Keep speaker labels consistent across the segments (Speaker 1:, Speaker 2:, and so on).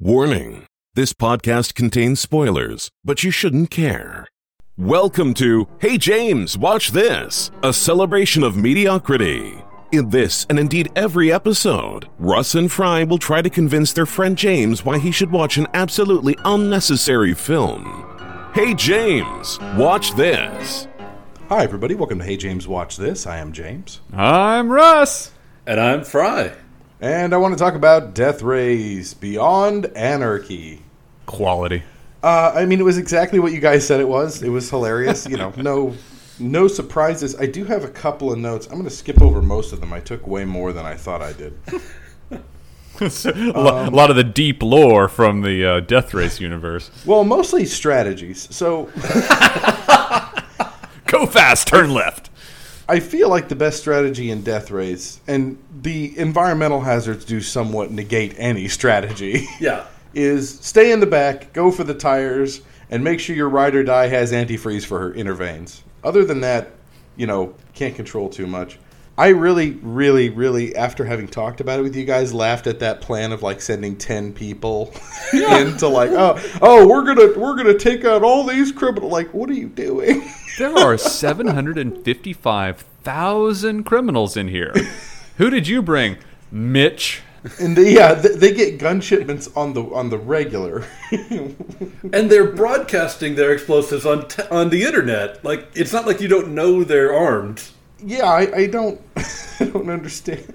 Speaker 1: Warning this podcast contains spoilers, but you shouldn't care. Welcome to Hey James, Watch This, a celebration of mediocrity. In this and indeed every episode, Russ and Fry will try to convince their friend James why he should watch an absolutely unnecessary film. Hey James, watch this.
Speaker 2: Hi, everybody. Welcome to Hey James Watch This. I am James.
Speaker 3: I'm Russ.
Speaker 4: And I'm Fry.
Speaker 2: And I want to talk about Death Rays Beyond Anarchy.
Speaker 3: Quality.
Speaker 2: Uh, I mean, it was exactly what you guys said it was. It was hilarious. You know, no, no surprises. I do have a couple of notes. I'm going to skip over most of them. I took way more than I thought I did.
Speaker 3: So,
Speaker 2: Um,
Speaker 3: a lo- a lot of the deep lore from the uh, Death Race universe.
Speaker 2: Well, mostly strategies. So
Speaker 3: Go fast, turn left.
Speaker 2: I feel like the best strategy in Death Rays, and the environmental hazards do somewhat negate any strategy.
Speaker 4: Yeah.
Speaker 2: is stay in the back, go for the tires, and make sure your ride or die has antifreeze for her inner veins. Other than that, you know, can't control too much. I really, really, really, after having talked about it with you guys, laughed at that plan of like sending ten people into like, oh, oh, we're gonna we're gonna take out all these criminals. Like, what are you doing?
Speaker 3: There are 755,000 criminals in here. Who did you bring? Mitch.
Speaker 2: And they, yeah, they, they get gun shipments on the on the regular.
Speaker 4: And they're broadcasting their explosives on t- on the internet. Like it's not like you don't know they're armed.
Speaker 2: yeah, I, I don't I don't understand.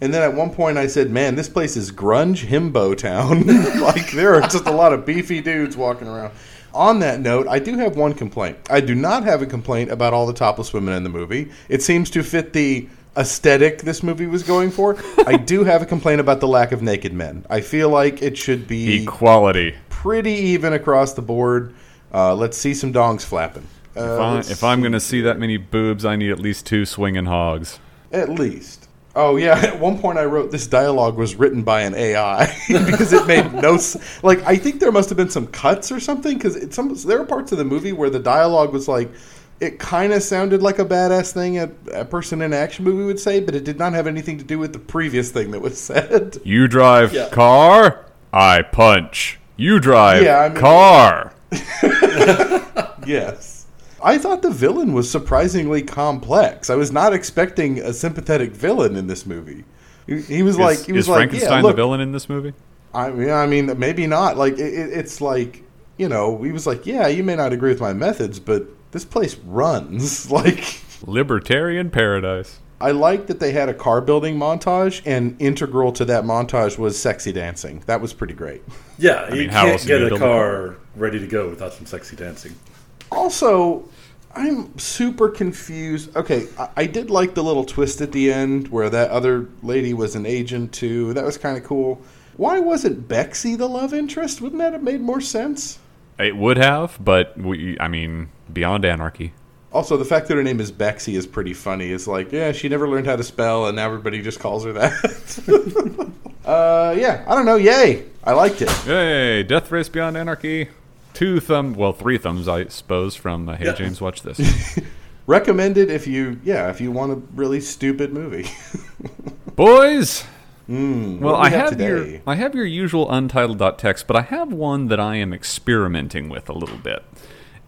Speaker 2: And then at one point I said, "Man, this place is grunge himbo town. like there are just a lot of beefy dudes walking around." On that note, I do have one complaint. I do not have a complaint about all the topless women in the movie. It seems to fit the aesthetic this movie was going for. I do have a complaint about the lack of naked men. I feel like it should be
Speaker 3: E-, Equality.
Speaker 2: pretty even across the board. Uh, let's see some dongs flapping.
Speaker 3: If,
Speaker 2: Uh,
Speaker 3: I, if I'm going to see that many boobs, I need at least two swinging hogs.
Speaker 2: At least. Oh yeah, at one point I wrote this dialogue was written by an AI because it made no s- like I think there must have been some cuts or something cuz it's some there are parts of the movie where the dialogue was like it kind of sounded like a badass thing a, a person in an action movie would say, but it did not have anything to do with the previous thing that was said.
Speaker 3: You drive
Speaker 4: Yeah.
Speaker 3: car, I punch. You drive
Speaker 2: Yeah, I mean-
Speaker 3: car.
Speaker 2: yes. I thought the villain was surprisingly complex. I was not expecting a sympathetic villain in this movie. He, he was like
Speaker 3: is
Speaker 2: he was
Speaker 3: is
Speaker 2: like
Speaker 3: Frankenstein
Speaker 2: yeah, look,
Speaker 3: the villain in this movie?
Speaker 2: I mean, I mean, maybe not. Like, it, it- it's like you know, he was like, "Yeah, you may not agree with my methods, but this place runs." Like,
Speaker 3: Libertarian paradise.
Speaker 2: I like that they had a car building montage, and integral to that montage was sexy dancing. That was pretty great.
Speaker 4: Yeah, you
Speaker 3: mean, how
Speaker 4: can't
Speaker 3: else are you
Speaker 4: get a
Speaker 3: gonna build
Speaker 4: car ready to go without some sexy dancing.
Speaker 2: Also, I'm super confused. Okay, I, I did like the little twist at the end where that other lady was an agent too. That was kind of cool. Why wasn't Bexy the love interest? Wouldn't that have made more sense?
Speaker 3: It would have, but we, I mean, beyond anarchy.
Speaker 2: Also, the fact that her name is Bexy is pretty funny. It's like, yeah, she never learned how to spell, and now everybody just calls her that. uh, yeah, I don't know. Yay! I liked it.
Speaker 3: Hey, Death Race Beyond Anarchy. Two thumb, well, three thumbs, I suppose, from uh, Hey
Speaker 4: Yeah.
Speaker 3: James, watch this.
Speaker 2: Recommended if you, yeah, if you want a really stupid movie.
Speaker 3: Boys. well,
Speaker 4: Hmm,
Speaker 2: what do we
Speaker 3: I
Speaker 2: got
Speaker 3: have
Speaker 2: today?
Speaker 3: your I have your usual untitled.txt, but I have one that I am experimenting with a little bit,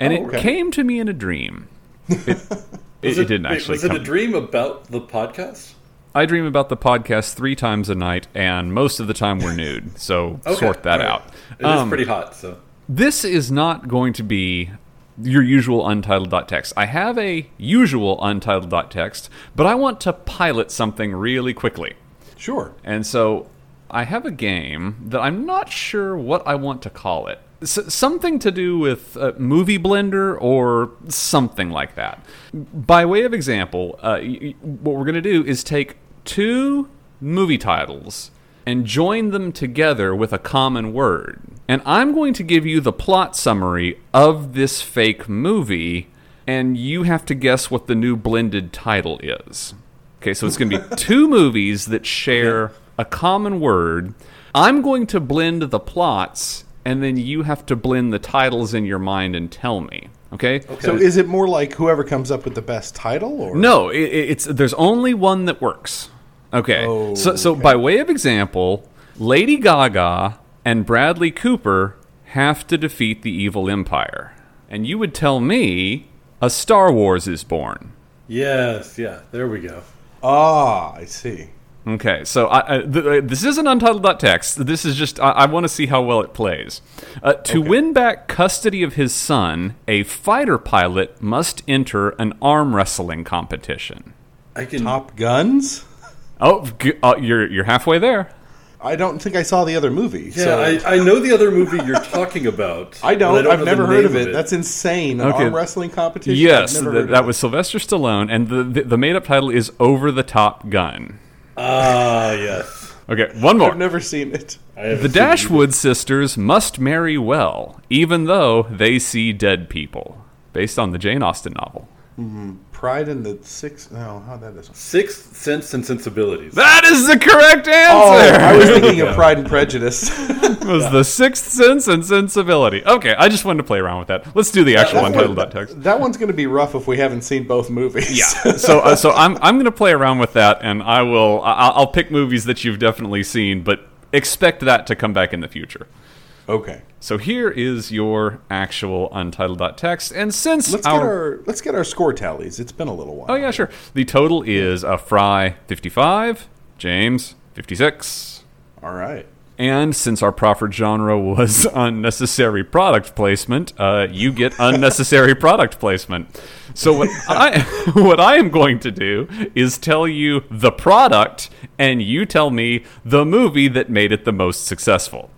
Speaker 3: and
Speaker 2: Oh, okay.
Speaker 3: it came to me in a dream. It, it, it didn't
Speaker 4: wait,
Speaker 3: actually.
Speaker 4: Was it
Speaker 3: come
Speaker 4: a dream about the podcast?
Speaker 3: I dream about the podcast three times a night, and most of the time we're nude. So
Speaker 4: Okay,
Speaker 3: sort that
Speaker 4: all right.
Speaker 3: out. Um,
Speaker 4: It is pretty hot. So
Speaker 3: this is not going to be your usual untitled.txt. I have a usual untitled.txt, but I want to pilot something really quickly.
Speaker 2: sure.
Speaker 3: And so I have a game that I'm not sure what I want to call it. S- something to do with uh, Movie Blender or something like that. By way of example, uh, y- y- what we're going to do is take two movie titles and join them together with a common word. And I'm going to give you the plot summary of this fake movie, and you have to guess what the new blended title is. Okay, so it's going to be two movies that share a common word. I'm going to blend the plots, and then you have to blend the titles in your mind and tell me. Okay?
Speaker 2: So, is it more like whoever comes up with the best title, or
Speaker 3: No, it, it's there's only one that works. Okay. so so by way of example, Lady Gaga and Bradley Cooper have to defeat the evil empire. And you would tell me a Star Wars is born.
Speaker 4: Yes, yeah, there we go.
Speaker 2: Ah, I see.
Speaker 3: Okay, so I, I, th- uh, this isn't untitled.txt. This is just, I, I want to see how well it plays. Uh, to win back custody of his son, a fighter pilot must enter an arm wrestling competition.
Speaker 4: I can.
Speaker 2: Top Guns.
Speaker 3: Oh, g- uh, you're, you're halfway there.
Speaker 2: I don't think I saw the other movie.
Speaker 4: yeah,
Speaker 2: so
Speaker 4: I, I know the other movie you're talking about.
Speaker 2: I
Speaker 4: but
Speaker 2: don't.
Speaker 4: know
Speaker 2: I've
Speaker 4: the
Speaker 2: never heard
Speaker 4: name
Speaker 2: of it. That's insane. An
Speaker 3: Okay.
Speaker 2: arm wrestling competition.
Speaker 3: Yes,
Speaker 2: I've never
Speaker 3: th-
Speaker 2: heard of
Speaker 3: that
Speaker 2: it.
Speaker 3: was Sylvester Stallone, and the, the, the made up title is Over the Top Gun.
Speaker 4: Ah, yes.
Speaker 3: Okay, one more.
Speaker 2: I've never seen it.
Speaker 4: I haven't
Speaker 3: The
Speaker 4: seen it.
Speaker 3: Dashwood sisters must marry well, even though they see dead people. Based on the Jane Austen novel.
Speaker 2: Pride in the Six. No, how that is.
Speaker 4: Sixth Sense and Sensibilities.
Speaker 3: That is the correct
Speaker 2: Oh,
Speaker 3: answer!
Speaker 2: I was thinking of Pride and Prejudice.
Speaker 3: It was the sixth sense and sensibility. Okay, I just wanted to play around with that. Let's do the actual
Speaker 2: That
Speaker 3: untitled
Speaker 2: one-
Speaker 3: dot text.
Speaker 2: That one's going to be rough if we haven't seen both movies.
Speaker 3: Yeah. So, uh, so I'm I'm gonna play around with that, and I will I- I'll I'll pick movies that you've definitely seen, but expect that to come back in the future.
Speaker 2: okay.
Speaker 3: So here is your actual untitled.txt, and since
Speaker 2: Let's get our let's get our score tallies. It's been a little while.
Speaker 3: Oh yeah, sure. The total is uh, Fry fifty-five, James fifty-six,
Speaker 2: All right.
Speaker 3: and since our proffered genre was unnecessary product placement, uh, you get unnecessary product placement. So what I what I am going to do is tell you the product, and you tell me the movie that made it the most successful.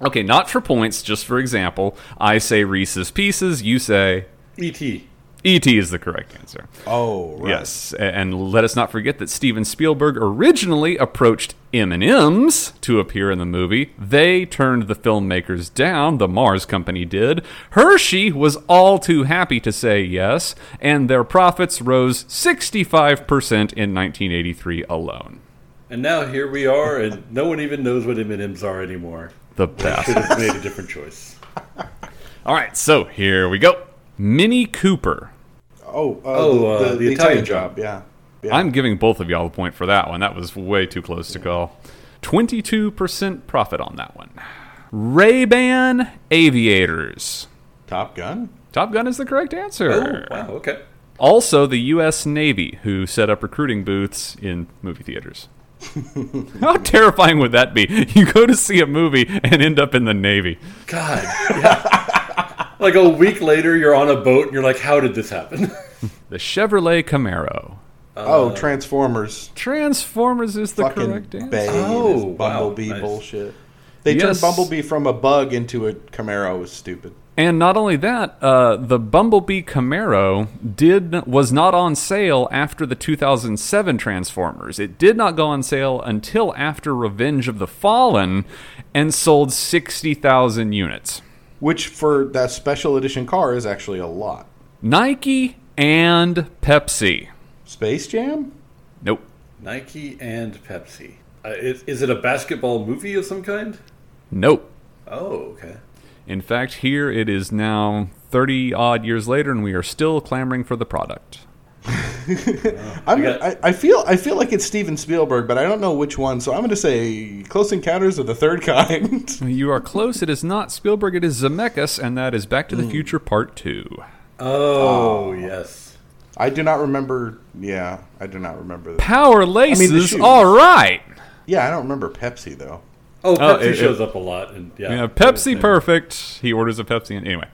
Speaker 3: Okay, not for points, just for example. I say Reese's Pieces, you say
Speaker 4: E.T.
Speaker 3: E.T. is the correct answer.
Speaker 2: Oh right.
Speaker 3: Yes, a- and let us not forget that Steven Spielberg originally approached M&M's to appear in the movie. They turned the filmmakers down, the Mars Company did. Hershey was all too happy to say yes, and their profits rose 65% in 1983 alone.
Speaker 4: And now here we are, and no one even knows what M&Ms are anymore.
Speaker 3: The best.
Speaker 4: Could have made a different choice.
Speaker 3: all right, so here we go. Minnie Cooper.
Speaker 2: Oh, uh,
Speaker 4: Oh, uh, the Italian Job.
Speaker 2: Yeah.
Speaker 3: I'm giving both of y'all a point for that one. That was way too close to call. 22% profit on that one. Ray-Ban Aviators.
Speaker 2: Top Gun.
Speaker 3: Top Gun is the correct
Speaker 4: Oh,
Speaker 3: answer.
Speaker 4: wow, okay.
Speaker 3: Also, the U.S. Navy, who set up recruiting booths in movie theaters. How terrifying would that be? You go to see a movie and end up in the Navy.
Speaker 4: God. yeah. like a week later, you're on a boat, and you're like, how did this happen?
Speaker 3: The Chevrolet Camaro.
Speaker 4: Uh,
Speaker 2: oh, Transformers.
Speaker 3: Transformers is the correct
Speaker 2: Fucking
Speaker 3: answer.
Speaker 2: Bane.
Speaker 4: Oh,
Speaker 2: Oh,
Speaker 4: wow,
Speaker 2: Bumblebee
Speaker 4: nice.
Speaker 2: bullshit. They
Speaker 3: Yes.
Speaker 2: turned Bumblebee from a bug into a Camaro. Was stupid.
Speaker 3: And not only that, uh, the Bumblebee Camaro did was not on sale after the 2007 Transformers. It did not go on sale until after Revenge of the Fallen, and sold 60,000 units.
Speaker 2: Which for that special edition car is actually a lot.
Speaker 3: Nike and Pepsi.
Speaker 2: Space Jam.
Speaker 3: Nope.
Speaker 4: Nike and Pepsi. Uh, is, is it a basketball movie of some kind?
Speaker 3: Nope.
Speaker 4: Oh, okay.
Speaker 3: In fact, here it is now 30 odd years later, and we are still clamoring for the product.
Speaker 2: I'm,
Speaker 4: got-
Speaker 2: I, I feel I feel like it's Steven Spielberg, but I don't know which one. So I'm going to say Close Encounters of the Third Kind.
Speaker 3: You are close. It is not Spielberg, it is Zemeckis, and that is Back to the Future Part 2.
Speaker 4: Oh, yes.
Speaker 2: I do not remember. Yeah, I do not remember. That.
Speaker 3: Power laces,
Speaker 2: shoes.
Speaker 3: all right.
Speaker 2: Yeah, I don't remember Pepsi though.
Speaker 4: Oh, Pepsi
Speaker 3: it- it-
Speaker 4: shows up a lot, and yeah,
Speaker 3: Yeah, Pepsi perfect. He orders a Pepsi, and anyway,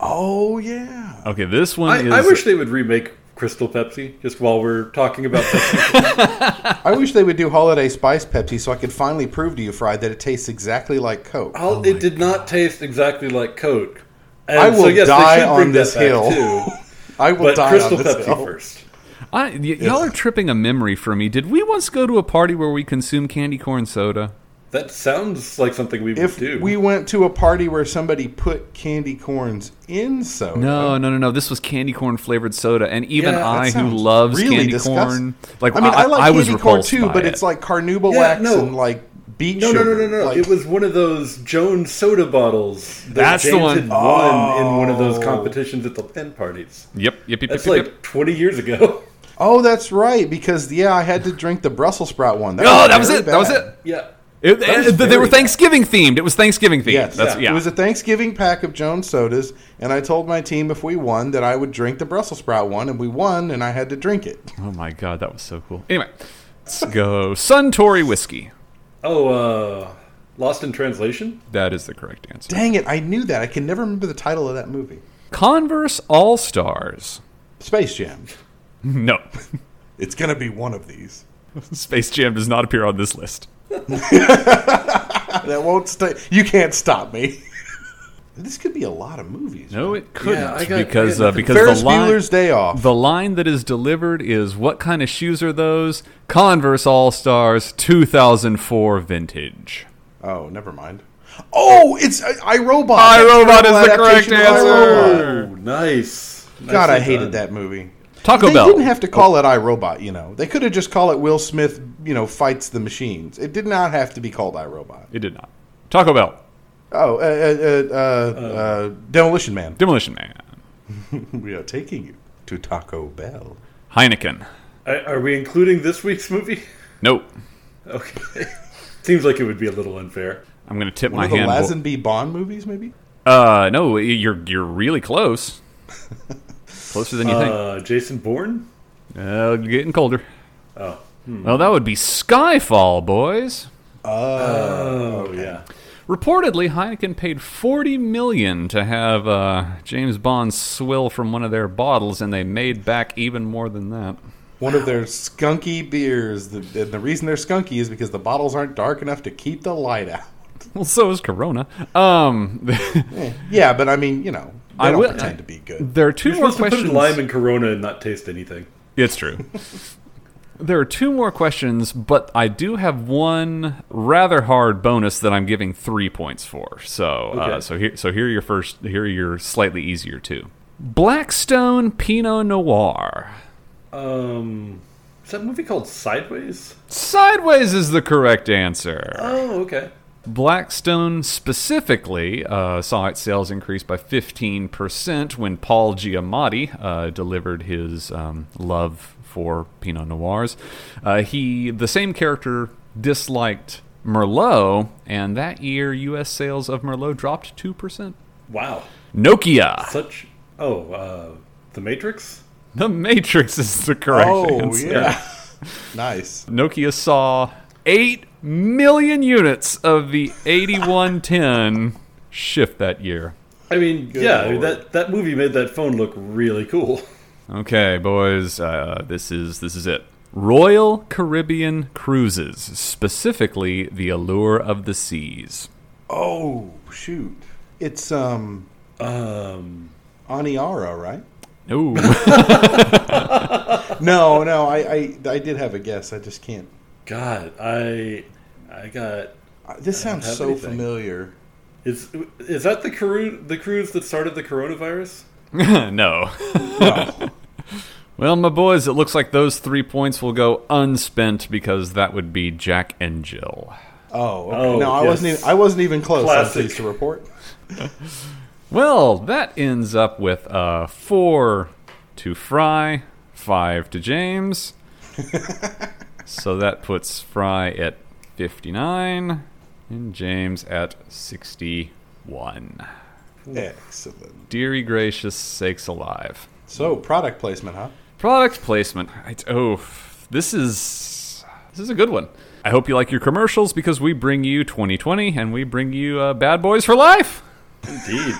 Speaker 2: Oh yeah.
Speaker 3: okay, this one is.
Speaker 4: I, I wish they would remake Crystal Pepsi. Just while we're talking about Pepsi,
Speaker 2: I wish they would do Holiday Spice Pepsi so I could finally prove to you, Fry, that it tastes exactly like Coke.
Speaker 4: Well, it did not taste exactly like Coke. And
Speaker 2: Oh I will
Speaker 4: so, yes, they
Speaker 2: die
Speaker 4: should bring
Speaker 2: on
Speaker 4: that
Speaker 2: this
Speaker 4: back,
Speaker 2: hill.
Speaker 4: too.
Speaker 2: I will
Speaker 4: but
Speaker 2: die
Speaker 4: Crystal
Speaker 2: on this
Speaker 4: Pepsi
Speaker 2: hill.
Speaker 4: first.
Speaker 3: I- y- y'all are tripping a memory for me. Did we once go to a party where we consumed candy corn soda?
Speaker 4: That sounds like something we would
Speaker 2: If
Speaker 4: do.
Speaker 2: we went to a party where somebody put candy corns in soda,
Speaker 3: No, no, no, no. This was candy corn flavored soda, and even
Speaker 4: Yeah, that
Speaker 3: I, who
Speaker 2: sounds
Speaker 3: loves
Speaker 2: really
Speaker 3: candy
Speaker 2: disgusting.
Speaker 3: corn, like
Speaker 2: I mean, I, like
Speaker 3: was
Speaker 2: candy corn
Speaker 3: repulsed
Speaker 2: too,
Speaker 3: by
Speaker 2: but
Speaker 3: it.
Speaker 2: it's like carnauba
Speaker 4: Yeah,
Speaker 2: wax
Speaker 4: no.
Speaker 2: and like beet
Speaker 4: no, no,
Speaker 2: sugar.
Speaker 4: no, no, no.
Speaker 2: Like,
Speaker 4: it was one of those Jones soda bottles. That
Speaker 3: That's the
Speaker 4: James
Speaker 3: one.
Speaker 4: Had won in one of
Speaker 2: Oh.
Speaker 4: those competitions at the pen parties.
Speaker 3: yep, yep, yep, yep,
Speaker 4: That's
Speaker 3: yep, yep.
Speaker 4: like 20 years ago.
Speaker 2: Oh, that's right. Because yeah, I had to drink the Brussels sprout one. That
Speaker 3: Oh, that was
Speaker 2: very
Speaker 3: it. That was
Speaker 2: bad.
Speaker 3: it.
Speaker 4: yeah.
Speaker 3: It,
Speaker 4: That was
Speaker 3: it- they
Speaker 4: very
Speaker 3: were
Speaker 4: bad.
Speaker 3: Thanksgiving themed. It was Thanksgiving themed.
Speaker 2: Yes,
Speaker 3: That's, yeah.
Speaker 2: It was a Thanksgiving pack of Jones sodas, and I told my team if we won that I would drink the Brussels sprout one, and we won, and I had to drink it.
Speaker 3: oh my god, that was so cool. Anyway, let's go Suntory whiskey.
Speaker 4: Oh, uh, Lost in Translation?
Speaker 3: That is the correct answer.
Speaker 2: Dang it! I knew that. I can never remember the title of that movie.
Speaker 3: Converse All Stars.
Speaker 2: Space Jam.
Speaker 3: No,
Speaker 2: It's gonna be one of these.
Speaker 3: Space Jam does not appear on this list.
Speaker 2: That won't stay. You can't stop me. this could be a lot of movies.
Speaker 3: No,
Speaker 2: right?
Speaker 3: it couldn't
Speaker 4: I got-
Speaker 3: because
Speaker 4: I got
Speaker 3: uh,
Speaker 4: nothing.
Speaker 3: because
Speaker 2: Ferris
Speaker 3: the line
Speaker 2: Bueller's Day Off.
Speaker 3: the line that is delivered is what kind of shoes are those? Converse All Stars 2004 vintage.
Speaker 2: oh, never mind. Oh, it's uh, iRobot.
Speaker 3: I,
Speaker 2: That's
Speaker 3: Robot
Speaker 2: terrible
Speaker 3: is the correct
Speaker 2: adaptation of I, Robot.
Speaker 3: answer.
Speaker 4: Oh, nice.
Speaker 2: God, I
Speaker 4: Nicely
Speaker 2: hated
Speaker 4: done.
Speaker 2: that movie.
Speaker 3: Taco
Speaker 2: they
Speaker 3: Bell.
Speaker 2: didn't have to call it iRobot, you know. They could have just called it Will Smith, you know, fights the machines. It did not have to be called iRobot.
Speaker 3: It did not. Taco Bell.
Speaker 2: Oh, uh, uh, uh, uh, uh, Demolition Man.
Speaker 3: Demolition Man.
Speaker 2: We are taking you to Taco Bell.
Speaker 3: Heineken.
Speaker 4: I- are we including this week's movie?
Speaker 3: Nope.
Speaker 4: Okay. Seems like it would be a little unfair.
Speaker 3: I'm going to tip
Speaker 2: One
Speaker 3: my
Speaker 2: of the
Speaker 3: hand.
Speaker 2: Lazenby Bond movies, maybe?
Speaker 3: uh, no, you're you're really close. Closer than you
Speaker 4: Uh, Jason Bourne?
Speaker 3: think. Uh, getting colder.
Speaker 4: Oh.
Speaker 3: Well, that would be Skyfall, boys.
Speaker 4: Oh, yeah.
Speaker 3: Reportedly, Heineken paid 40 million to have uh, James Bond swill from one of their bottles, and they made back even more than that.
Speaker 2: One of their skunky beers. The, and the reason they're skunky is because the bottles aren't dark enough to keep the light out.
Speaker 3: Well, so is Corona. Um,
Speaker 2: Yeah, but I mean, you know, they
Speaker 3: I
Speaker 2: don't
Speaker 3: will-
Speaker 2: pretend to be good.
Speaker 3: there are 2
Speaker 4: You're
Speaker 3: more
Speaker 4: supposed
Speaker 3: questions.
Speaker 4: to put in lime and Corona and not taste anything.
Speaker 3: It's true. there are two more questions, but I do have one rather hard bonus that I'm giving three points for. So, uh,
Speaker 4: Okay.
Speaker 3: so here, so here are your first, here are your slightly easier two. Blackstone Pinot Noir.
Speaker 4: Um, is that movie called Sideways?
Speaker 3: Sideways is the correct answer.
Speaker 4: Oh, okay.
Speaker 3: Blackstone specifically uh, saw its sales increase by 15% when Paul Giamatti uh, delivered his um, love for Pinot Noirs. Uh, he, the same character, disliked Merlot, and that year U.S. sales of Merlot dropped 2%.
Speaker 4: Wow.
Speaker 3: Nokia.
Speaker 4: Such. Oh, uh, The Matrix?
Speaker 3: The Matrix is the correct
Speaker 2: Oh,
Speaker 3: answer.
Speaker 2: yeah. nice.
Speaker 3: Nokia saw 8 million units of the 8110 shift that year.
Speaker 4: I mean, yeah, I mean,
Speaker 2: lord.
Speaker 4: that, that movie made that phone look really cool.
Speaker 3: Okay, boys, uh, this is this is it. Royal Caribbean Cruises, specifically the Allure of the Seas.
Speaker 2: Oh, shoot. It's, um,
Speaker 4: Um,
Speaker 2: Aniara, right?
Speaker 3: No,
Speaker 2: No, no, I, I, I did have a guess. I just can't.
Speaker 4: God, I, I got.
Speaker 2: I- Uh, This
Speaker 4: I don't
Speaker 2: sounds
Speaker 4: have
Speaker 2: so
Speaker 4: anything.
Speaker 2: familiar.
Speaker 4: Is is that the cruise the cruise that started the coronavirus?
Speaker 3: no. well, my boys, it looks like those three points will go unspent because that would be Jack and Jill.
Speaker 2: Oh, okay.
Speaker 4: Oh,
Speaker 2: no, I wasn't.
Speaker 4: yes.
Speaker 2: Even, I wasn't even close.
Speaker 4: Classic.
Speaker 2: I'm pleased to report.
Speaker 3: Well, that ends up with uh, four to Fry, five to James. so that puts Fry at 59 and James at 61.
Speaker 2: Excellent.
Speaker 3: Deary gracious sakes alive.
Speaker 2: So product placement, huh?
Speaker 3: Product placement. I, oh, this is this is a good one. I hope you like your commercials because we bring you 2020 and we bring you uh, Bad Boys for Life.
Speaker 4: Indeed.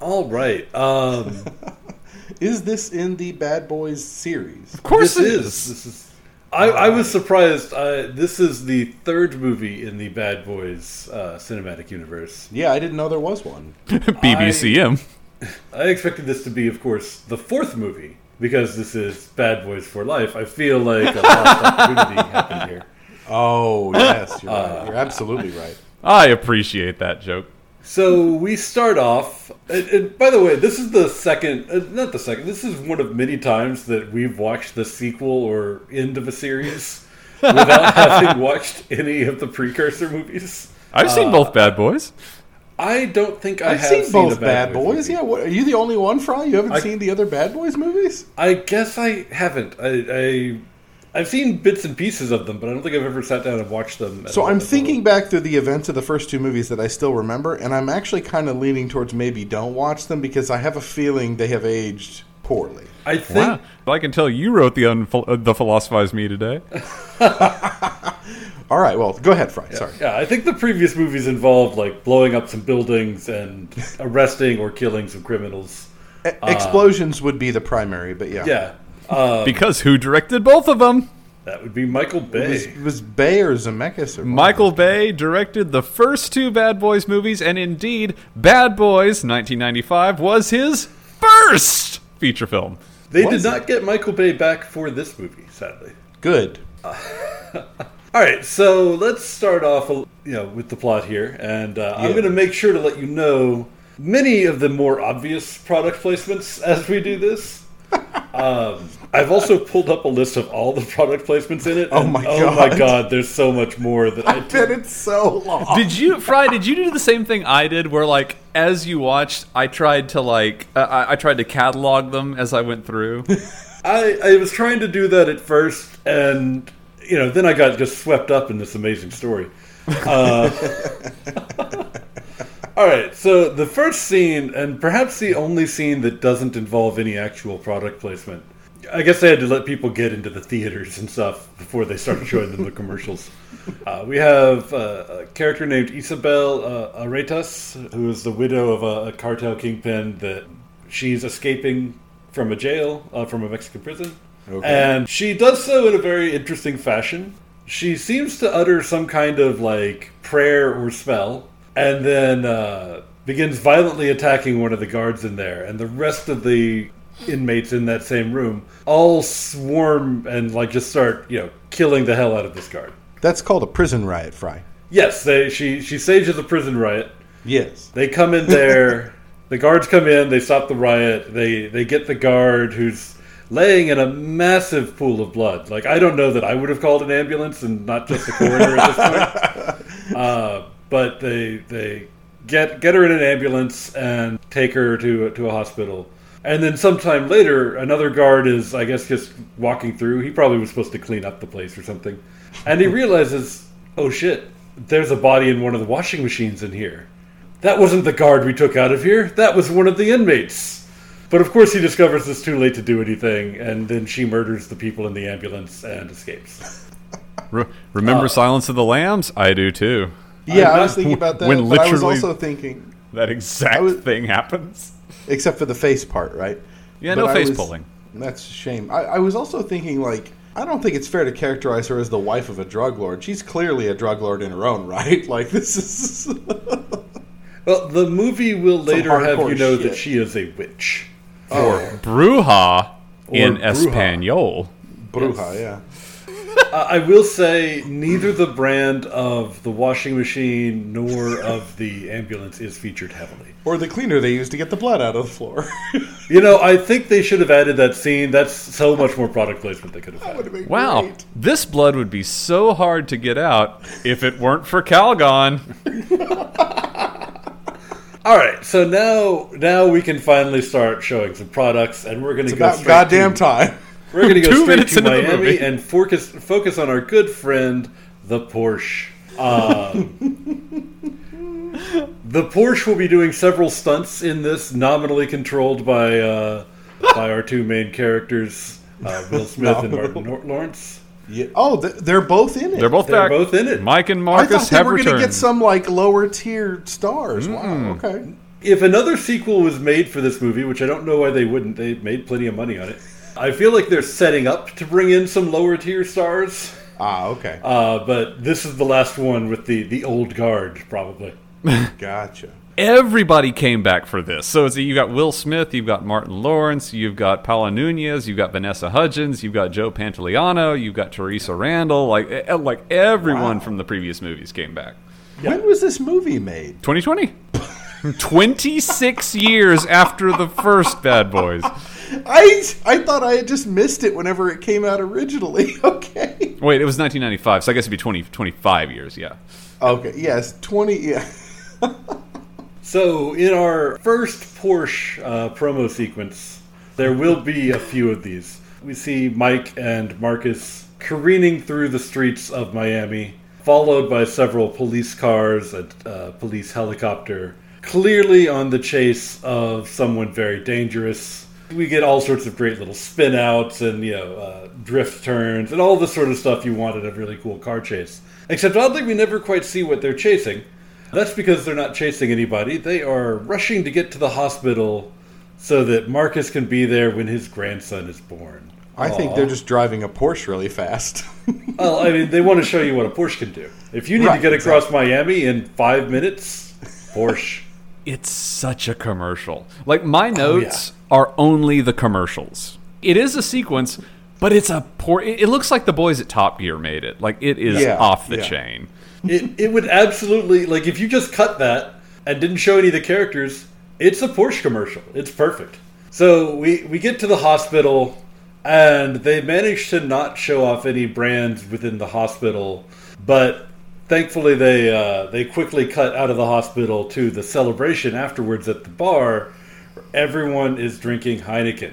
Speaker 4: All right. Um,
Speaker 2: Is this in the Bad Boys series?
Speaker 3: Of course
Speaker 4: this is this is. I, I was surprised. Uh, this is the third movie in the Bad Boys uh, cinematic universe.
Speaker 2: Yeah, I didn't know there was one.
Speaker 3: BBCM.
Speaker 4: I expected this to be, of course, the fourth movie because this is Bad Boys for Life. I feel like a lost opportunity happened here.
Speaker 2: Oh yes, you're right. You're absolutely right.
Speaker 3: I appreciate that joke.
Speaker 4: So we start off. And, and by the way, this is the second, uh, not the second. This is one of many times that we've watched the sequel or end of a series without having watched any of the precursor movies.
Speaker 3: I've seen both Bad Boys.
Speaker 4: I don't think I
Speaker 2: I've
Speaker 4: have
Speaker 2: seen both
Speaker 4: a
Speaker 2: Bad Boys.
Speaker 4: movie.
Speaker 2: Yeah, what, are you the only one, Fry? You haven't seen the other Bad Boys movies?
Speaker 4: I guess I haven't. I, I I've seen bits and pieces of them, but I don't think I've ever sat down and watched them. at
Speaker 2: So
Speaker 4: all.
Speaker 2: I'm thinking back through the events of the first two movies that I still remember, and I'm actually kind of leaning towards maybe don't watch them because I have a feeling they have aged poorly.
Speaker 4: I think
Speaker 3: I can tell you wrote the unphil- uh, the philosophize me today.
Speaker 2: All right, well, go ahead, Fry. Sorry.
Speaker 4: Yeah, I think the previous movies involved like blowing up some buildings and arresting or killing some criminals.
Speaker 2: E- Explosions would be the primary, but yeah.
Speaker 4: Yeah, uh,
Speaker 3: because who directed both of them?
Speaker 4: that would be Michael
Speaker 2: It was,
Speaker 4: Bay.
Speaker 2: it was Bay or Zemeckis or
Speaker 3: Michael Bay directed the first two Bad Boys movies, and indeed, Bad Boys 1995 was his first feature film.
Speaker 4: They
Speaker 2: Was
Speaker 4: did not get Michael Bay back for this movie, sadly.
Speaker 2: Good.
Speaker 4: All right, so let's start off, you know, with the plot here, and uh, I'm
Speaker 2: Yeah.
Speaker 4: going to make sure to let you know many of the more obvious product placements as we do this. Um, I've also pulled up a list of all the product placements in it.
Speaker 2: Oh
Speaker 4: and
Speaker 2: my
Speaker 4: Oh my
Speaker 2: God.
Speaker 4: god! There's so much more that I,
Speaker 2: Been
Speaker 4: did.
Speaker 2: it so long.
Speaker 3: Did you, Fry? Did you do the same thing I did, where like as you watched, I tried to like uh, I, I tried to catalog them as I went through.
Speaker 4: I I was trying to do that at first, and you know, then I got just swept up in this amazing story. Uh, all right, so the first scene, and perhaps the only scene that doesn't involve any actual product placement. I guess they had to let people get into the theaters and stuff before they started showing them the commercials. Uh, we have uh, a character named Isabel uh, Aretas, who is the widow of a, a cartel kingpin that she's escaping from a jail, uh, from a Mexican prison.
Speaker 2: Okay.
Speaker 4: And she does so in a very interesting fashion. She seems to utter some kind of like prayer or spell, and then uh, begins violently attacking one of the guards in there. And the rest of the inmates in that same room all swarm and like just start, you know, killing the hell out of this guard.
Speaker 2: That's called a prison riot, Fry.
Speaker 4: Yes, they, she she stages a prison riot.
Speaker 2: Yes.
Speaker 4: They come in there. the guards come in. They stop the riot. They they get the guard who's laying in a massive pool of blood. Like I don't know that I would have called an ambulance and not just the coroner at this point. Uh, but they they get get her in an ambulance and take her to to a hospital. And then sometime later, another guard is, I guess, just walking through. He probably was supposed to clean up the place or something, and he realizes, oh shit, there's a body in one of the washing machines in here. That wasn't the guard we took out of here. That was one of the inmates. But of course, he discovers it's too late to do anything, and then she murders the people in the ambulance and escapes.
Speaker 3: Re- remember Silence of the Lambs? I do too.
Speaker 2: Yeah, I
Speaker 4: I'm not-
Speaker 2: was thinking about that,
Speaker 3: when
Speaker 2: but I was
Speaker 3: literally-
Speaker 2: also thinking,
Speaker 3: That exact
Speaker 2: was-
Speaker 3: thing happens.
Speaker 2: except for the face part, right?
Speaker 3: Yeah,
Speaker 2: But
Speaker 3: no
Speaker 2: I
Speaker 3: face
Speaker 2: was-
Speaker 3: pulling.
Speaker 2: That's a shame. I, I was also thinking, like, I don't think it's fair to characterize her as the wife of a drug lord. She's clearly a drug lord in her own right. Like, this is.
Speaker 4: Well, the movie will later have you
Speaker 2: hardcore
Speaker 4: know that
Speaker 2: shit.
Speaker 4: she is a witch.
Speaker 2: Oh,
Speaker 3: Bruja in
Speaker 4: Bruja.
Speaker 3: Espanol.
Speaker 2: Bruja, yeah.
Speaker 4: Uh, I will say, neither the brand of the washing machine nor of the ambulance is featured heavily.
Speaker 2: Or the cleaner they use to get the blood out of the floor.
Speaker 4: You know, I think they should have added that scene. That's so much more product placement they could have had.
Speaker 2: Would've been
Speaker 3: Wow,
Speaker 2: great.
Speaker 3: this blood would be so hard to get out if it weren't for Calgon.
Speaker 4: All right, so now now we can finally start showing some products, and we're going to go
Speaker 2: About
Speaker 4: straight
Speaker 2: goddamn
Speaker 4: to,
Speaker 2: time.
Speaker 4: We're going to go
Speaker 3: Two
Speaker 4: straight
Speaker 3: minutes
Speaker 4: to
Speaker 3: into the
Speaker 4: Miami
Speaker 3: movie.
Speaker 4: and focus focus on our good friend the Porsche. Um, the Porsche will be doing several stunts in this, nominally controlled by uh, by our two main characters, uh, Will Smith and Martin Nor- Lawrence.
Speaker 2: Yeah. Oh, th- they're both in it.
Speaker 3: They're both
Speaker 4: They're
Speaker 3: back.
Speaker 4: both in it.
Speaker 3: Mike and
Speaker 2: I
Speaker 3: Marcus
Speaker 2: thought they
Speaker 3: have
Speaker 2: were
Speaker 3: returned.
Speaker 2: to get some, like, lower tier stars. Wow,
Speaker 3: Mm.
Speaker 2: okay.
Speaker 4: if another sequel was made for this movie, which I don't know why they wouldn't, they made plenty of money on it. I feel like they're setting up to bring in some lower tier stars,
Speaker 2: Ah, okay.
Speaker 4: uh, but this is the last one with the the old guard, probably.
Speaker 2: gotcha.
Speaker 3: Everybody came back for this. So it's, you've got Will Smith, you've got Martin Lawrence, you've got Paula Nunez, you've got Vanessa Hudgens, you've got Joe Pantoliano, you've got Teresa Randall. Like, eh, eh, like everyone
Speaker 2: Wow.
Speaker 3: from the previous movies came back.
Speaker 2: When was this movie made?
Speaker 3: 2020. 26 years after the first Bad Boys.
Speaker 2: I I thought I had just missed it whenever it came out originally. Okay.
Speaker 3: Wait, it was 1995, so I guess it'd be 20, 25 years, yeah.
Speaker 2: Okay. Yes. Twenty. Yeah.
Speaker 4: So, in our first Porsche uh, promo sequence, there will be a few of these. We see Mike and Marcus careening through the streets of Miami, followed by several police cars, a uh, police helicopter, clearly on the chase of someone very dangerous. We get all sorts of great little spin outs and you know uh, drift turns and all the sort of stuff you want in a really cool car chase. Except oddly, we never quite see what they're chasing. That's because they're not chasing anybody. They are rushing to get to the hospital so that Marcus can be there when his grandson is born.
Speaker 2: I think they're just driving a Porsche really fast.
Speaker 4: Well, I mean, they want to show you what a Porsche can do. If you need
Speaker 2: Right,
Speaker 4: to get across Miami in five minutes, Porsche.
Speaker 3: It's such a commercial. Like my
Speaker 2: Oh,
Speaker 3: notes are only the commercials. It is a sequence, but it's a poor. It, it looks like the boys at Top Gear made it. Like it is
Speaker 2: Yeah,
Speaker 3: off the
Speaker 2: yeah.
Speaker 3: chain.
Speaker 4: it, it would absolutely like if you just cut that and didn't show any of the characters it's a porsche commercial it's perfect so we we get to the hospital and they manage to not show off any brands within the hospital but thankfully they uh, they quickly cut out of the hospital to the celebration afterwards at the bar where everyone is drinking heineken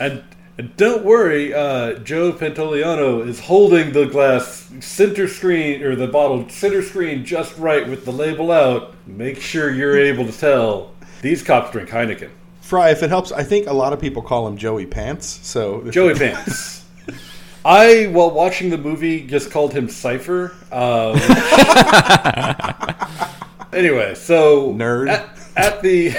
Speaker 4: and and don't worry, uh, Joe Pantoliano is holding the glass center screen or the bottle center screen just right with the label out. Make sure you're able to tell these cops drink Heineken.
Speaker 2: Fry, if it helps, I think a lot of people call him Joey Pants. So if-
Speaker 4: Joey Vance. I, while watching the movie, just called him Cipher. Um, anyway, so
Speaker 2: Nerd.
Speaker 4: at, at the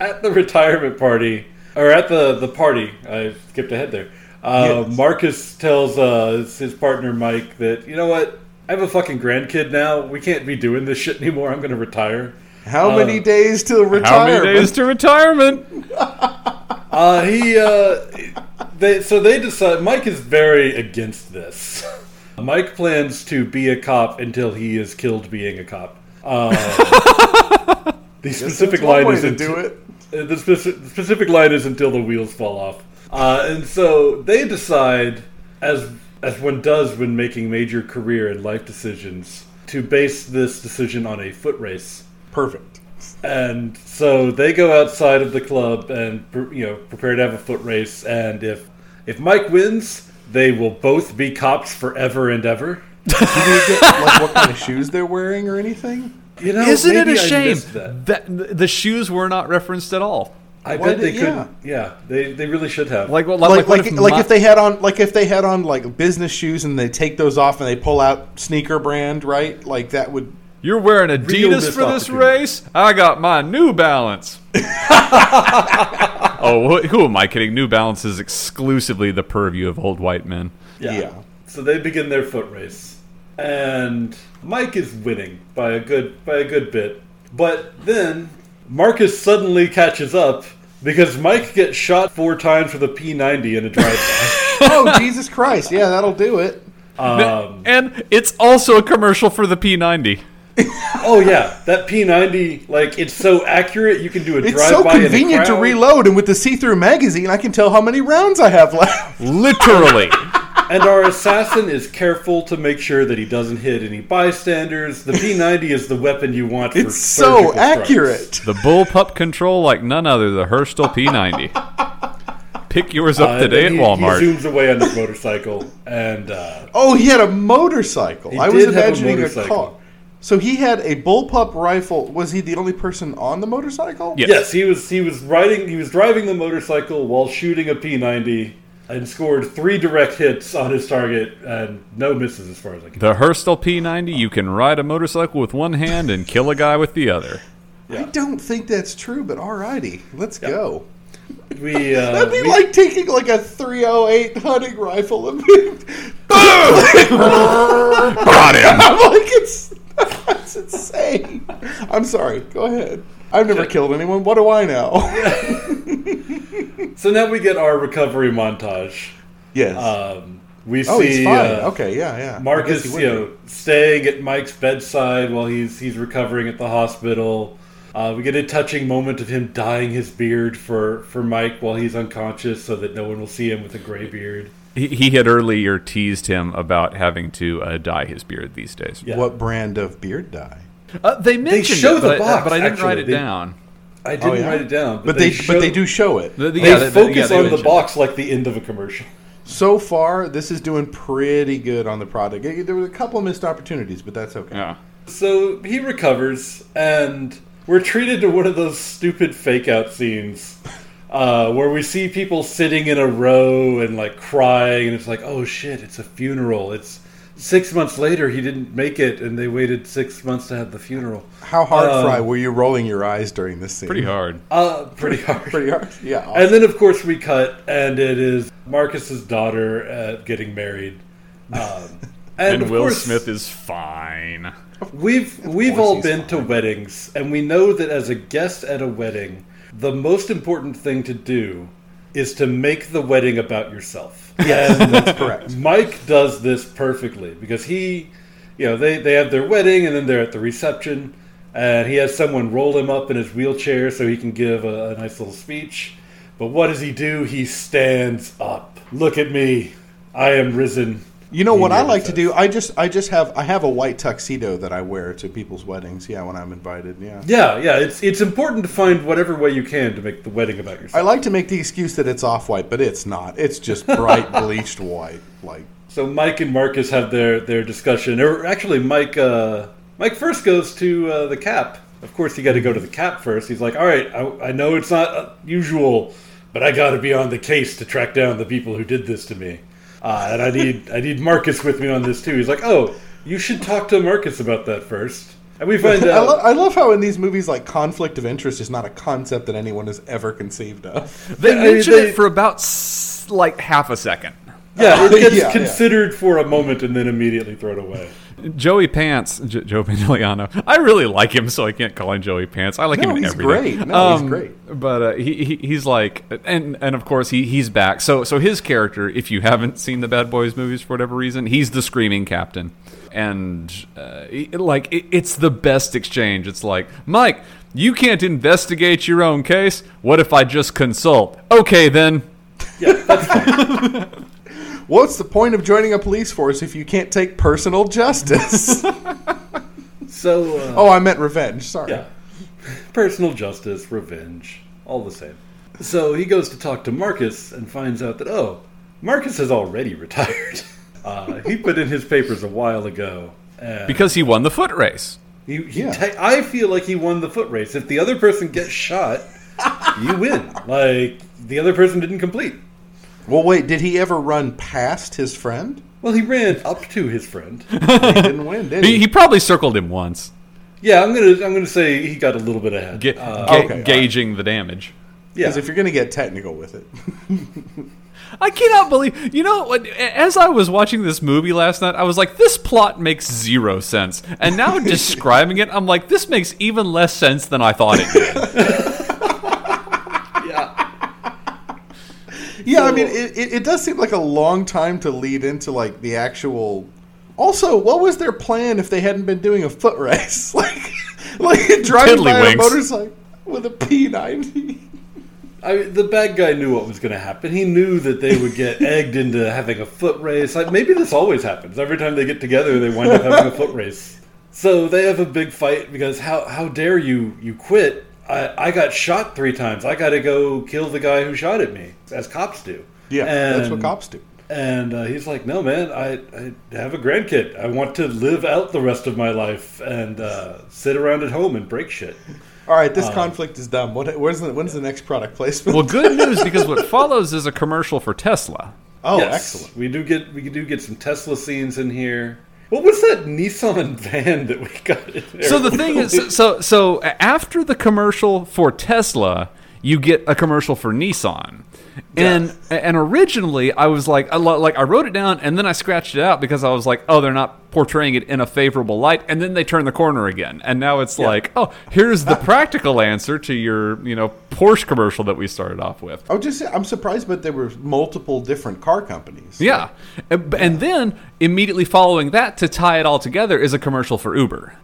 Speaker 4: at the retirement party or at the the party, I skipped ahead there. Uh,
Speaker 2: Yes.
Speaker 4: Marcus tells uh, his- his partner Mike that you know what, I have a fucking grandkid now. We can't be doing this shit anymore. I'm going to retire.
Speaker 2: how many days till
Speaker 3: How
Speaker 2: retirement?
Speaker 3: many days to retirement?
Speaker 4: Uh, he, uh, they, so they decide. Mike is very against this. Mike plans to be a cop until he is killed being a cop. Uh, the specific
Speaker 2: That's one
Speaker 4: line
Speaker 2: way
Speaker 4: is
Speaker 2: to
Speaker 4: unt-
Speaker 2: do it.
Speaker 4: uh, The speci- the specific line is until the wheels fall off. Uh, and so they decide, as as one does when making major career and life decisions, to base this decision on a foot race.
Speaker 2: Perfect.
Speaker 4: And so they go outside of the club and pre- you know prepare to have a foot race. And if if Mike wins, they will both be cops forever and ever.
Speaker 2: Do you get like what kind of shoes they're wearing or anything?
Speaker 4: You know,
Speaker 3: Isn't it
Speaker 4: maybe
Speaker 3: a
Speaker 4: I
Speaker 3: shame
Speaker 4: missed that.
Speaker 3: th- the shoes were not referenced at all?
Speaker 4: I
Speaker 2: Why
Speaker 4: bet they
Speaker 2: did-
Speaker 4: could.
Speaker 2: yeah.
Speaker 4: Yeah, they they really should have.
Speaker 3: Like, well,
Speaker 2: Like like
Speaker 3: what
Speaker 2: like,
Speaker 3: if
Speaker 2: if,
Speaker 3: my-
Speaker 2: they had on like if they had on like business shoes and they take those off and they pull out sneaker brand right like that would
Speaker 3: You're wearing Adidas
Speaker 4: missed
Speaker 3: for this
Speaker 4: opportunity.
Speaker 3: race? I got my New Balance. oh, wh- who am I kidding? New Balance is exclusively the purview of old white men.
Speaker 2: yeah.
Speaker 4: So they begin their foot race, and Mike is winning by a good by a good bit. But then Marcus suddenly catches up because Mike gets shot four times with a P90 in a drive.
Speaker 2: oh Jesus Christ yeah that'll do it
Speaker 4: um,
Speaker 3: And it's also a commercial for the P90.
Speaker 4: oh yeah, that P90 like it's so accurate you can do a
Speaker 2: it's
Speaker 4: drive
Speaker 2: so
Speaker 4: by. in a
Speaker 2: convenient to
Speaker 4: crowd.
Speaker 2: reload and with the see through magazine I can tell how many rounds I have left
Speaker 3: Literally.
Speaker 4: And our assassin is careful to make sure that he doesn't hit any bystanders. The P90 is the weapon you want. For
Speaker 2: it's so
Speaker 4: surgical strikes.
Speaker 2: accurate
Speaker 3: the bullpup control like none other, the Herstal P90. Pick yours up
Speaker 4: Uh, and
Speaker 3: today
Speaker 4: then
Speaker 3: at
Speaker 4: he-
Speaker 3: Walmart.
Speaker 4: He zooms away on his motorcycle and. Uh,
Speaker 2: oh he had a motorcycle I was
Speaker 4: did have a
Speaker 2: imagining a,
Speaker 4: motorcycle.
Speaker 2: car so he had a bullpup rifle was he the only person on the motorcycle
Speaker 3: Yes.
Speaker 4: Yes, he was he was riding he was driving the motorcycle while shooting a P90 and scored 3 direct hits on his target and no misses as far as I can.
Speaker 3: the Herstal P90, you can ride a motorcycle with one hand and kill a guy with the other.
Speaker 2: I don't think that's true, but alrighty, let's go.
Speaker 4: We uh,
Speaker 2: That'd be
Speaker 4: we-
Speaker 2: like taking like a 308 hunting rifle and
Speaker 3: Got him!
Speaker 2: I'm like it's that's insane. I'm sorry. Go ahead. I've never killed anyone. What do I know?
Speaker 4: so now we get our recovery montage.
Speaker 2: yes.
Speaker 4: Um, we
Speaker 2: oh,
Speaker 4: see
Speaker 2: he's fine.
Speaker 4: uh,
Speaker 2: okay. Yeah. Yeah. I guess
Speaker 4: Marcus,
Speaker 2: he
Speaker 4: you
Speaker 2: would
Speaker 4: know,
Speaker 2: be.
Speaker 4: staying at Mike's bedside while he's he's recovering at the hospital. Uh, we get a touching moment of him dyeing his beard for, for Mike while he's unconscious, so that no one will see him with a gray beard.
Speaker 3: He, he had earlier teased him about having to uh, dye his beard these days.
Speaker 4: Yeah.
Speaker 2: What brand of beard dye?
Speaker 3: Uh, they mentioned
Speaker 4: show
Speaker 3: it,
Speaker 4: the
Speaker 3: but, I,
Speaker 4: box,
Speaker 3: but I didn't
Speaker 4: actually.
Speaker 3: write it
Speaker 4: They-
Speaker 3: down.
Speaker 4: I didn't
Speaker 2: Oh, yeah?
Speaker 4: write it down,
Speaker 2: But they,
Speaker 4: show-
Speaker 2: but they do show it.
Speaker 3: The- the-
Speaker 4: they
Speaker 3: yeah, the- the- yeah,
Speaker 4: focus
Speaker 3: they
Speaker 4: on the
Speaker 3: mentioned it.
Speaker 4: box like the end of a commercial.
Speaker 2: so far, this is doing pretty good on the product. Eh, There was a couple missed opportunities, but that's okay.
Speaker 3: Yeah.
Speaker 4: So he recovers, and we're treated to one of those stupid fake out scenes uh, where we see people sitting in a row and like crying, and it's like, oh shit, it's a funeral. It's six months later, he didn't make it, and they waited six months to have the funeral.
Speaker 2: How hard, Fry, were you rolling your eyes during this scene?
Speaker 3: Pretty hard.
Speaker 4: Uh, pretty hard.
Speaker 2: Pretty hard. Yeah.
Speaker 4: And then, of course, we cut, and it is Marcus's daughter uh, getting married. Um,
Speaker 3: And,
Speaker 4: of
Speaker 3: Will
Speaker 4: course-
Speaker 3: Smith is fine.
Speaker 4: We've we've all
Speaker 2: he's
Speaker 4: been to weddings, and we know that as a guest at a wedding, the most important thing to do is to make the wedding about yourself. Yes, that's
Speaker 2: correct.
Speaker 4: Mike does this perfectly because he, you know, they they have their wedding and then they're at the reception, and he has someone roll him up in his wheelchair so he can give a, a nice little speech. But what does he do? He stands up. Look at me, I am risen.
Speaker 2: You know what I
Speaker 4: really
Speaker 2: like to
Speaker 4: says.
Speaker 2: do? I just I just have I have a white tuxedo that I wear to people's weddings. Yeah, when I'm invited. Yeah.
Speaker 4: Yeah, yeah. It's it's important to find whatever way you can to make the wedding about
Speaker 2: I
Speaker 4: yourself.
Speaker 2: like to make the excuse that it's off white, but it's not. It's just bright bleached white. Like
Speaker 4: so Mike and Marcus have their their discussion. Or actually, Mike uh, Mike first goes to uh, the cap. Of course, you got to go to the cap first. He's like, "All right, I, I know it's not uh, usual, but I got to be on the case to track down the people who did this to me, uh, and I need I need Marcus with me on this too." He's like, "Oh, you should talk to Marcus about that first. And we find out.
Speaker 2: I, lo- I love how in these movies, like conflict of interest is not a concept that anyone has ever conceived of.
Speaker 3: They
Speaker 4: I mean,
Speaker 3: mention
Speaker 4: they-
Speaker 3: it for about s- like half a second.
Speaker 4: yeah, it gets
Speaker 2: Yeah, yeah.
Speaker 4: considered for a moment and then immediately thrown away.
Speaker 3: Joey Pants, J- Joe Pantoliano. I really like him, so I can't call him Joey Pants. I like
Speaker 2: No,
Speaker 3: him in
Speaker 2: he's
Speaker 3: everything.
Speaker 2: great. No, he's great.
Speaker 3: But uh, he, he he's like, and and of course he he's back. So so his character, if you haven't seen the Bad Boys movies for whatever reason, he's the screaming captain, and uh, it- like it, it's the best exchange. It's like Mike, you can't investigate your own case. What if I just consult? Okay, then.
Speaker 2: What's the point of joining a police force if you can't take personal justice?
Speaker 4: So. Uh,
Speaker 2: oh, I meant revenge. Sorry.
Speaker 4: Yeah. Personal justice, revenge, all the same. So he goes to talk to Marcus and finds out that, oh, Marcus has already retired. Uh, he put in his papers a while ago. And
Speaker 3: Because he won the foot race.
Speaker 4: he, he
Speaker 2: Yeah.
Speaker 4: ta- I feel like he won the foot race. If the other person gets shot, you win. Like, the other person didn't complete.
Speaker 2: Well, wait. Did he ever run past his friend?
Speaker 4: Well, he ran up to his friend.
Speaker 2: He didn't win, did
Speaker 3: He,
Speaker 2: he?
Speaker 3: he probably circled him once,
Speaker 4: Yeah, I'm gonna I'm gonna say he got a little bit ahead.
Speaker 3: ga-
Speaker 4: Uh,
Speaker 3: ga-
Speaker 2: okay, all right.
Speaker 3: gauging the damage.
Speaker 4: yeah,
Speaker 2: Because if you're going to get technical with it,
Speaker 3: I cannot believe. You know, when- as I was watching this movie last night, I was like, this plot makes zero sense. And now describing it, I'm like, this makes even less sense than I thought it did.
Speaker 2: yeah, I mean, it, it, it does seem like a long time to lead into like the actual. Also, what was their plan if they hadn't been doing a foot race, like like driving by
Speaker 3: Tiddlywinks.
Speaker 2: a motorcycle with a P ninety?
Speaker 4: I mean, the bad guy knew what was going to happen. He knew that they would get egged into having a foot race. Like maybe this always happens. Every time they get together, they wind up having a foot race. So they have a big fight because how how dare you you quit? I, I got shot three times. I got to go kill the guy who shot at me, as cops do.
Speaker 2: Yeah, that's what
Speaker 4: And-
Speaker 2: cops do.
Speaker 4: And uh, he's like, "No, man, I, I have a grandkid. I want to live out the rest of my life and uh, sit around at home and break shit."
Speaker 2: All right, this conflict is dumb. What? Where's the? When's the next product placement?
Speaker 3: Well, good news because what follows is a commercial for Tesla.
Speaker 2: oh,
Speaker 4: Yes.
Speaker 2: excellent.
Speaker 4: We do get we do get some Tesla scenes in here. What was that Nissan van that we got? In there?
Speaker 3: So the thing is, so so after the commercial for Tesla, you get a commercial for Nissan, and and originally I was like, I lo- like I wrote it down and then I scratched it out because I was like, oh, they're not portraying it in a favorable light, and then they turn the corner again, and now it's like, oh, here's the practical answer to your you know Porsche commercial that we started off with.
Speaker 2: I would just say, I'm surprised, but there were multiple different car companies.
Speaker 3: Yeah, and and then immediately following that to tie it all together is a commercial for Uber.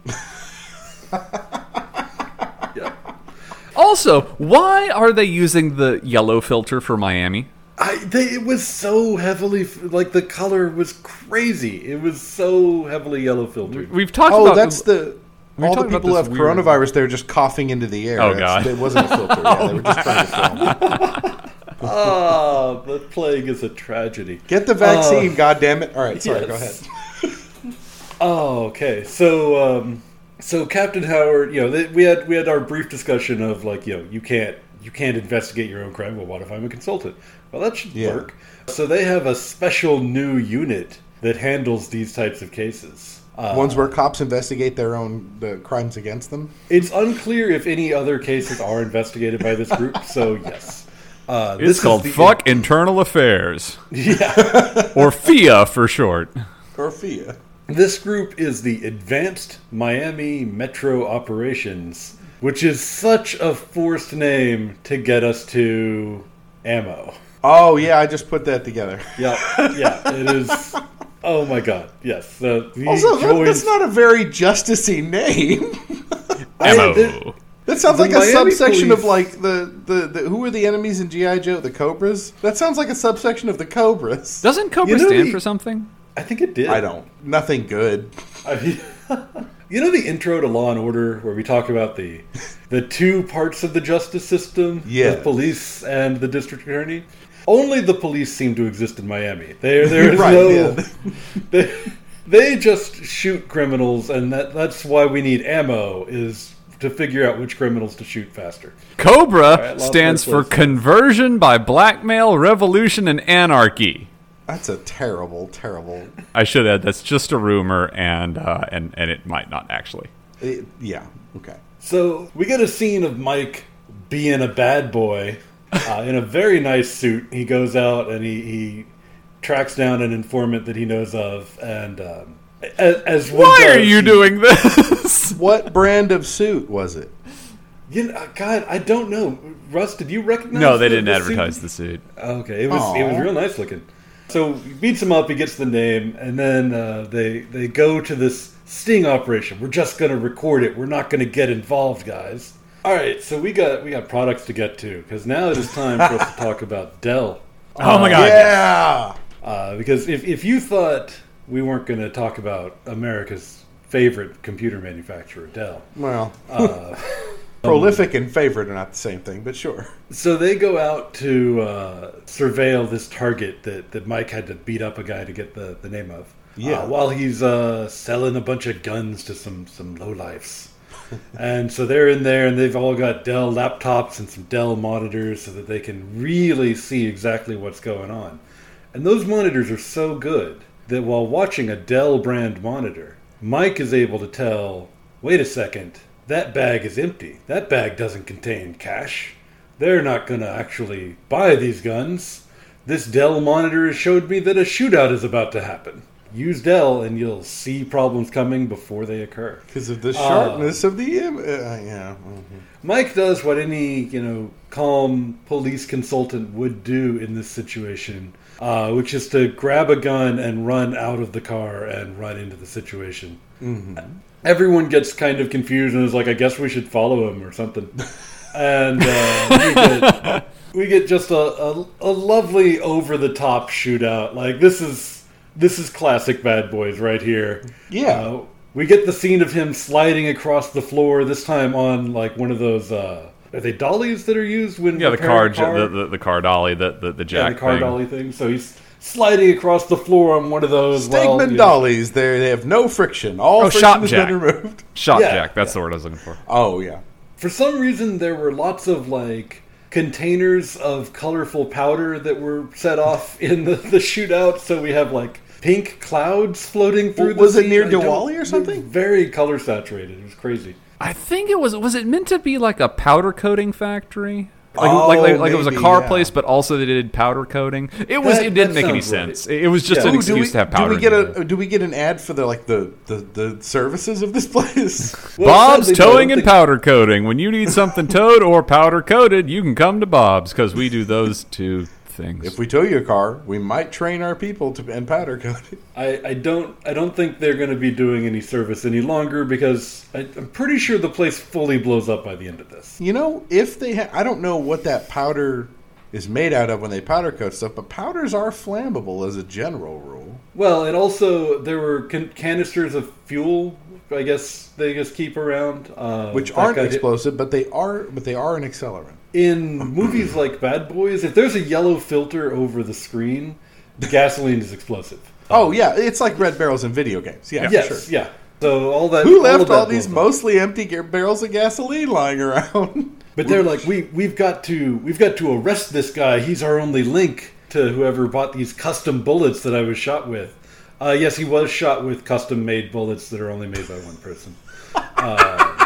Speaker 4: Yeah.
Speaker 3: Also, why are they using the yellow filter for Miami?
Speaker 4: I, they, it was so heavily like the color was crazy. It was so heavily yellow filtered.
Speaker 3: We've talked
Speaker 2: Oh,
Speaker 3: about
Speaker 2: that's the.
Speaker 3: we
Speaker 2: All the
Speaker 3: talked about
Speaker 2: people who
Speaker 3: this
Speaker 2: have
Speaker 3: weird-
Speaker 2: coronavirus, they're just coughing into the air.
Speaker 3: Oh,
Speaker 2: That's-
Speaker 3: God.
Speaker 2: It wasn't a filter. Yeah, they were just trying to film.
Speaker 4: ah, the plague is a tragedy.
Speaker 2: Get the vaccine, God damn it! All right, sorry, go ahead.
Speaker 4: Oh. Yes. Oh, okay. So, um, so Captain Howard, you know, th- we had we had our brief discussion of like, you know, you can't you can't investigate your own crime. Well, what if I'm a consultant? Well, that should
Speaker 2: Yeah.
Speaker 4: work. So they have a special new unit that handles these types of cases. Uh,
Speaker 2: Ones where cops investigate their own the crimes against them.
Speaker 4: it's unclear if any other cases are investigated by this group. So yes, uh, this
Speaker 3: It's
Speaker 4: is
Speaker 3: called
Speaker 4: the-
Speaker 3: Fuck Internal Affairs,
Speaker 4: Yeah.
Speaker 3: or FIA for short.
Speaker 2: Corfia.
Speaker 4: This group is the Advanced Miami Metro Operations, which is such a forced name to get us to ammo.
Speaker 2: Oh yeah, I just put that together.
Speaker 4: Yeah, yeah, it is. Oh my god, yes. Uh, he
Speaker 2: Also, that,
Speaker 4: joins-
Speaker 2: that's not a very justicey name.
Speaker 4: I-
Speaker 3: Ammo.
Speaker 2: That sounds
Speaker 4: The
Speaker 2: like a
Speaker 4: Miami
Speaker 2: subsection of
Speaker 4: police-
Speaker 2: like the, the, the who were the enemies in GI Joe? The Cobras. That sounds like a subsection of the Cobras.
Speaker 3: Doesn't Cobra
Speaker 4: You know
Speaker 3: stand
Speaker 4: the-
Speaker 3: for something?
Speaker 4: I think it did.
Speaker 2: I don't. Nothing good.
Speaker 4: I mean, you know the intro to Law and Order where we talk about the the two parts of the justice system,
Speaker 2: Yeah.
Speaker 4: the police and the district attorney. Only the police seem to exist in Miami. There, there is
Speaker 2: Right,
Speaker 4: no.
Speaker 2: yeah.
Speaker 4: They, they just shoot criminals, and that, that's why we need ammo is to figure out which criminals to shoot faster.
Speaker 3: Cobra
Speaker 4: right, lost
Speaker 3: stands
Speaker 4: my
Speaker 3: for
Speaker 4: place.
Speaker 3: Conversion by Blackmail, Revolution, and Anarchy.
Speaker 2: That's a terrible, terrible.
Speaker 3: I should add that's just a rumor, and uh, and and it might not actually.
Speaker 2: it- eh, yeah. Okay.
Speaker 4: So we get a scene of Mike being a bad boy uh, in a very nice suit. He goes out and he, he tracks down an informant that he knows of, and um, as, as one
Speaker 3: Why are
Speaker 4: does,
Speaker 3: you
Speaker 4: he-
Speaker 3: doing this?
Speaker 2: What brand of suit was it?
Speaker 4: You know, God, I don't know. Russ, did you recognize?
Speaker 3: No, they
Speaker 4: the-
Speaker 3: didn't
Speaker 4: the
Speaker 3: advertise
Speaker 4: suit?
Speaker 3: the suit.
Speaker 4: Okay, it was it was
Speaker 2: Aw.
Speaker 4: real nice looking. So he beats him up, he gets the name, and then uh, they they go to this sting operation. We're just gonna record it. We're not gonna get involved, guys. All right, so we got we got products to get to because now it is time for us to talk about Dell.
Speaker 3: Oh my god!
Speaker 2: Yeah.
Speaker 4: Uh, because if if you thought we weren't gonna talk about America's favorite computer manufacturer, Dell,
Speaker 2: Well. uh, Prolific and favorite are not the same thing, but sure.
Speaker 4: So they go out to uh, surveil this target that, that Mike had to beat up a guy to get the, the name of.
Speaker 2: Yeah.
Speaker 4: Uh, while he's uh, selling a bunch of guns to some, some lowlifes. and so they're in there and they've all got Dell laptops and some Dell monitors so that they can really see exactly what's going on. And those monitors are so good that while watching a Dell brand monitor, Mike is able to tell wait a second, that bag is empty. That bag doesn't contain cash. They're not going to actually buy these guns. This Dell monitor has showed me that a shootout is about to happen. Use Dell and you'll see problems coming before they occur.
Speaker 2: Because of the sharpness of the im- uh, yeah.
Speaker 4: Mike does what any you know calm police consultant would do in this situation, uh, which is to grab a gun and run out of the car and run into the situation. Everyone gets kind of confused and is like, "I guess we should follow him or something." And uh, we, get, we get just a, a, a lovely over the top shootout. Like this is this is classic Bad Boys right here.
Speaker 2: Yeah.
Speaker 4: Uh, we get the scene of him sliding across the floor, this time on like one of those uh are they dollies that are used when
Speaker 3: Yeah, the car,
Speaker 4: repairing a
Speaker 3: j- The, the the car dolly, the the, the
Speaker 4: yeah,
Speaker 3: jack
Speaker 4: the car
Speaker 3: thing.
Speaker 4: dolly thing. So he's sliding across the floor on one of those while,
Speaker 2: Stegman
Speaker 4: you know-
Speaker 2: dollies. They they have no friction. All
Speaker 3: Oh,
Speaker 2: friction
Speaker 3: shop
Speaker 2: has
Speaker 3: jack.
Speaker 2: been removed.
Speaker 3: Shot
Speaker 4: Yeah,
Speaker 3: jack. That's the word I was looking for.
Speaker 2: Oh yeah.
Speaker 4: For some reason there were lots of like containers of colorful powder that were set off in the, the shootout, so we have like pink clouds floating through
Speaker 2: Was
Speaker 4: the
Speaker 2: it
Speaker 4: scene.
Speaker 2: near
Speaker 4: I don't-
Speaker 2: Diwali or something?
Speaker 4: Very color saturated. It was crazy.
Speaker 3: I think it was. Was it meant to be like a powder coating factory? Like,
Speaker 2: Oh,
Speaker 3: like, like, like it was a
Speaker 2: maybe,
Speaker 3: car
Speaker 2: yeah.
Speaker 3: place, but also they did powder coating. It was.
Speaker 4: That-
Speaker 3: it didn't
Speaker 4: that
Speaker 3: make any
Speaker 4: sounds right.
Speaker 3: sense. It- It was just
Speaker 4: Yeah.
Speaker 3: an
Speaker 2: Ooh, do
Speaker 3: excuse
Speaker 2: we,
Speaker 3: to have
Speaker 2: do
Speaker 3: powder.
Speaker 2: we get
Speaker 3: in there.
Speaker 2: a do we get an ad for the like the the, the services of this place?
Speaker 4: Well,
Speaker 3: Bob's
Speaker 4: sadly, though, I
Speaker 3: Towing
Speaker 4: don't
Speaker 3: and
Speaker 4: think-
Speaker 3: Powder Coating. When you need something towed or powder coated, you can come to Bob's because we do those two things.
Speaker 2: if we tow your car, we might train our people to and powder coat it.
Speaker 4: I, I don't I don't think they're going to be doing any service any longer because I, I'm pretty sure the place fully blows up by the end of this.
Speaker 2: You know, if they ha- I don't know what that powder is made out of when they powder coat stuff, but powders are flammable as a general rule.
Speaker 4: Well, and also there were can- canisters of fuel. I guess they just keep around, uh,
Speaker 2: which
Speaker 4: that
Speaker 2: aren't
Speaker 4: got hit-
Speaker 2: explosive, but they are but they are an accelerant.
Speaker 4: in movies like Bad Boys, if there's a yellow filter over the screen, the gasoline is explosive.
Speaker 2: Oh yeah, it's like red barrels in video games. Yeah,
Speaker 4: yes,
Speaker 2: sure.
Speaker 4: yeah. So all that.
Speaker 2: Who
Speaker 4: all of
Speaker 2: left
Speaker 4: that
Speaker 2: all these
Speaker 4: goes on.
Speaker 2: mostly empty ga- barrels of gasoline lying around?
Speaker 4: But they're like, we we've got to we've got to arrest this guy. He's our only link to whoever bought these custom bullets that I was shot with. Uh, yes, he was shot with custom made bullets that are only made by one person. Uh,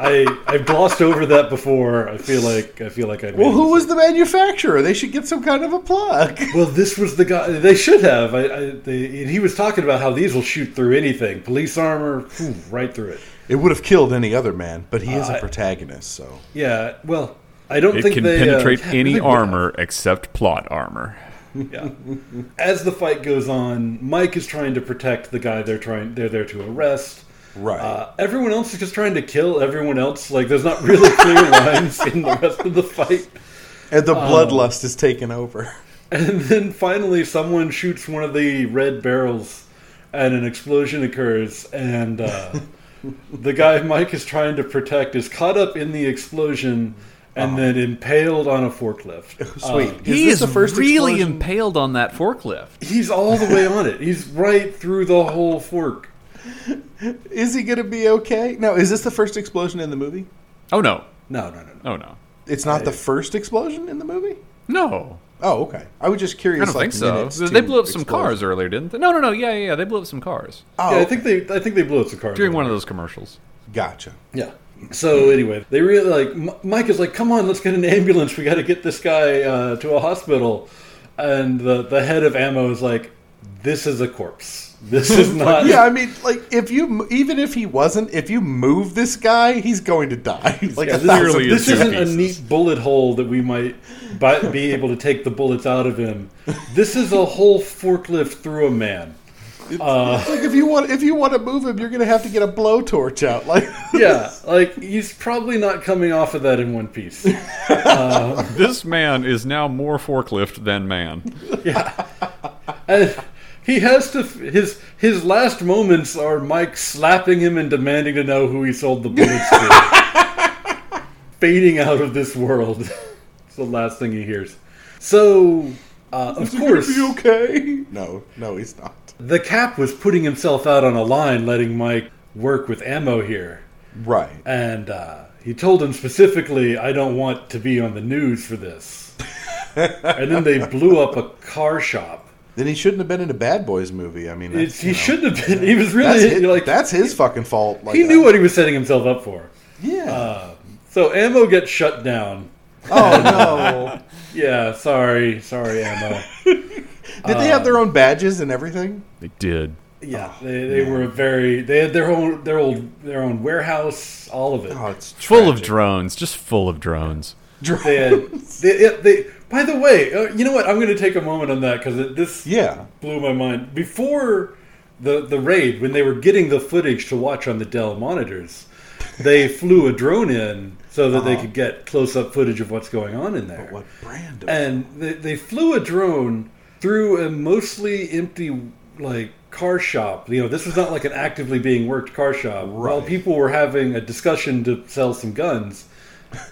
Speaker 4: I I've glossed over that before. I feel like I feel like I.
Speaker 2: Well, who was the manufacturer? They should get some kind of a plug.
Speaker 4: Well, this was the guy they should have. I, I they, and he was talking about how these will shoot through anything, police armor, phew, right through it.
Speaker 2: It would have killed any other man, but he is a protagonist, so
Speaker 4: Yeah. Well, I don't
Speaker 3: It
Speaker 4: think
Speaker 3: can
Speaker 4: they uh,
Speaker 3: penetrate
Speaker 4: yeah,
Speaker 3: any
Speaker 4: they-
Speaker 3: armor except plot armor.
Speaker 4: Yeah. As the fight goes on, Mike is trying to protect the guy they're trying they're there to arrest.
Speaker 2: Right.
Speaker 4: Uh, everyone else is just trying to kill everyone else. Like there's not really clear lines in the rest of the fight.
Speaker 2: and the bloodlust is taken over.
Speaker 4: And then finally, someone shoots one of the red barrels, and an explosion occurs. And uh, the guy Mike is trying to protect is caught up in the explosion and then impaled on a forklift.
Speaker 2: Sweet.
Speaker 4: Uh,
Speaker 3: he
Speaker 2: this
Speaker 3: is really
Speaker 2: explosion?
Speaker 3: impaled on that forklift.
Speaker 4: he's all the way on it. He's right through the whole fork.
Speaker 2: Is he going to be okay? No, is this the first explosion in the movie?
Speaker 3: Oh no!
Speaker 4: No, no, no, no.
Speaker 3: Oh no!
Speaker 2: It's not the first explosion in the movie.
Speaker 3: No,
Speaker 2: Oh, okay. I was just curious.
Speaker 3: I don't
Speaker 2: like,
Speaker 3: think so.
Speaker 2: minutes to
Speaker 3: They blew up some
Speaker 2: explosion.
Speaker 3: cars earlier, didn't they? No, no, no. Yeah, yeah, yeah. They blew up some cars
Speaker 2: Oh,
Speaker 4: Yeah, I think they I think they blew up the car
Speaker 3: during one of those commercials.
Speaker 2: gotcha.
Speaker 4: Yeah. So anyway, they really like M- Mike is like, "Come on, let's get an ambulance. We got to get this guy uh, to a hospital." And the the head of ammo is like, "This is a corpse. This is not."
Speaker 2: Yeah, I mean, like if you even if he wasn't, if you move this guy, he's going to die. Like
Speaker 4: Yeah,
Speaker 2: a
Speaker 4: this, is-
Speaker 2: thousand.
Speaker 3: Clearly
Speaker 4: this
Speaker 3: in two
Speaker 4: isn't a
Speaker 3: pieces.
Speaker 4: neat bullet hole that we might buy, be able to take the bullets out of him. This is a whole forklift through a man.
Speaker 2: Like if you want if you want to move him, you're going to have to get a blowtorch out. Like
Speaker 4: Yeah, like he's probably not coming off of that in one piece.
Speaker 3: This man is now more forklift than man.
Speaker 4: And he has to. His his last moments are Mike slapping him and demanding to know who he sold the bullets to. Fading out of this world. it's the last thing he hears. So, uh, of course,
Speaker 2: you okay? No, no, he's not.
Speaker 4: the cap was putting himself out on a line, letting Mike work with ammo here.
Speaker 2: Right.
Speaker 4: And uh, he told him specifically, I don't want to be on the news for this. and then they blew up a car shop.
Speaker 2: Then he shouldn't have been in a Bad Boys movie. I mean,
Speaker 4: It,
Speaker 2: that's,
Speaker 4: he
Speaker 2: you know,
Speaker 4: shouldn't have been. He was
Speaker 2: That's
Speaker 4: really
Speaker 2: his,
Speaker 4: like
Speaker 2: that's his fucking fault. Like
Speaker 4: he knew Uh,
Speaker 2: I-
Speaker 4: what he was setting himself up for.
Speaker 2: Yeah.
Speaker 4: So ammo gets shut down.
Speaker 2: oh
Speaker 4: Yeah, sorry, sorry, ammo.
Speaker 2: no! Did they have their own badges and everything? Oh,
Speaker 3: They did.
Speaker 4: Uh, Yeah, they, they were very. They had their own their old their own warehouse, all of it.
Speaker 2: Oh, it's
Speaker 3: Full of drones, just full of drones.
Speaker 4: They had. They, yeah, they, by the way, uh, you know what? I'm going to take a moment on that because this
Speaker 2: Yeah.
Speaker 4: blew my mind. Before the the raid, when they were getting the footage to watch on the Dell monitors, they flew a drone in so that they could get close up footage of what's going on in there.
Speaker 2: Uh-huh. What brand? Of,
Speaker 4: and they, they flew a drone through a mostly empty like car shop you know this was not like an actively being worked car shop while
Speaker 2: Right.
Speaker 4: people were having a discussion to sell some guns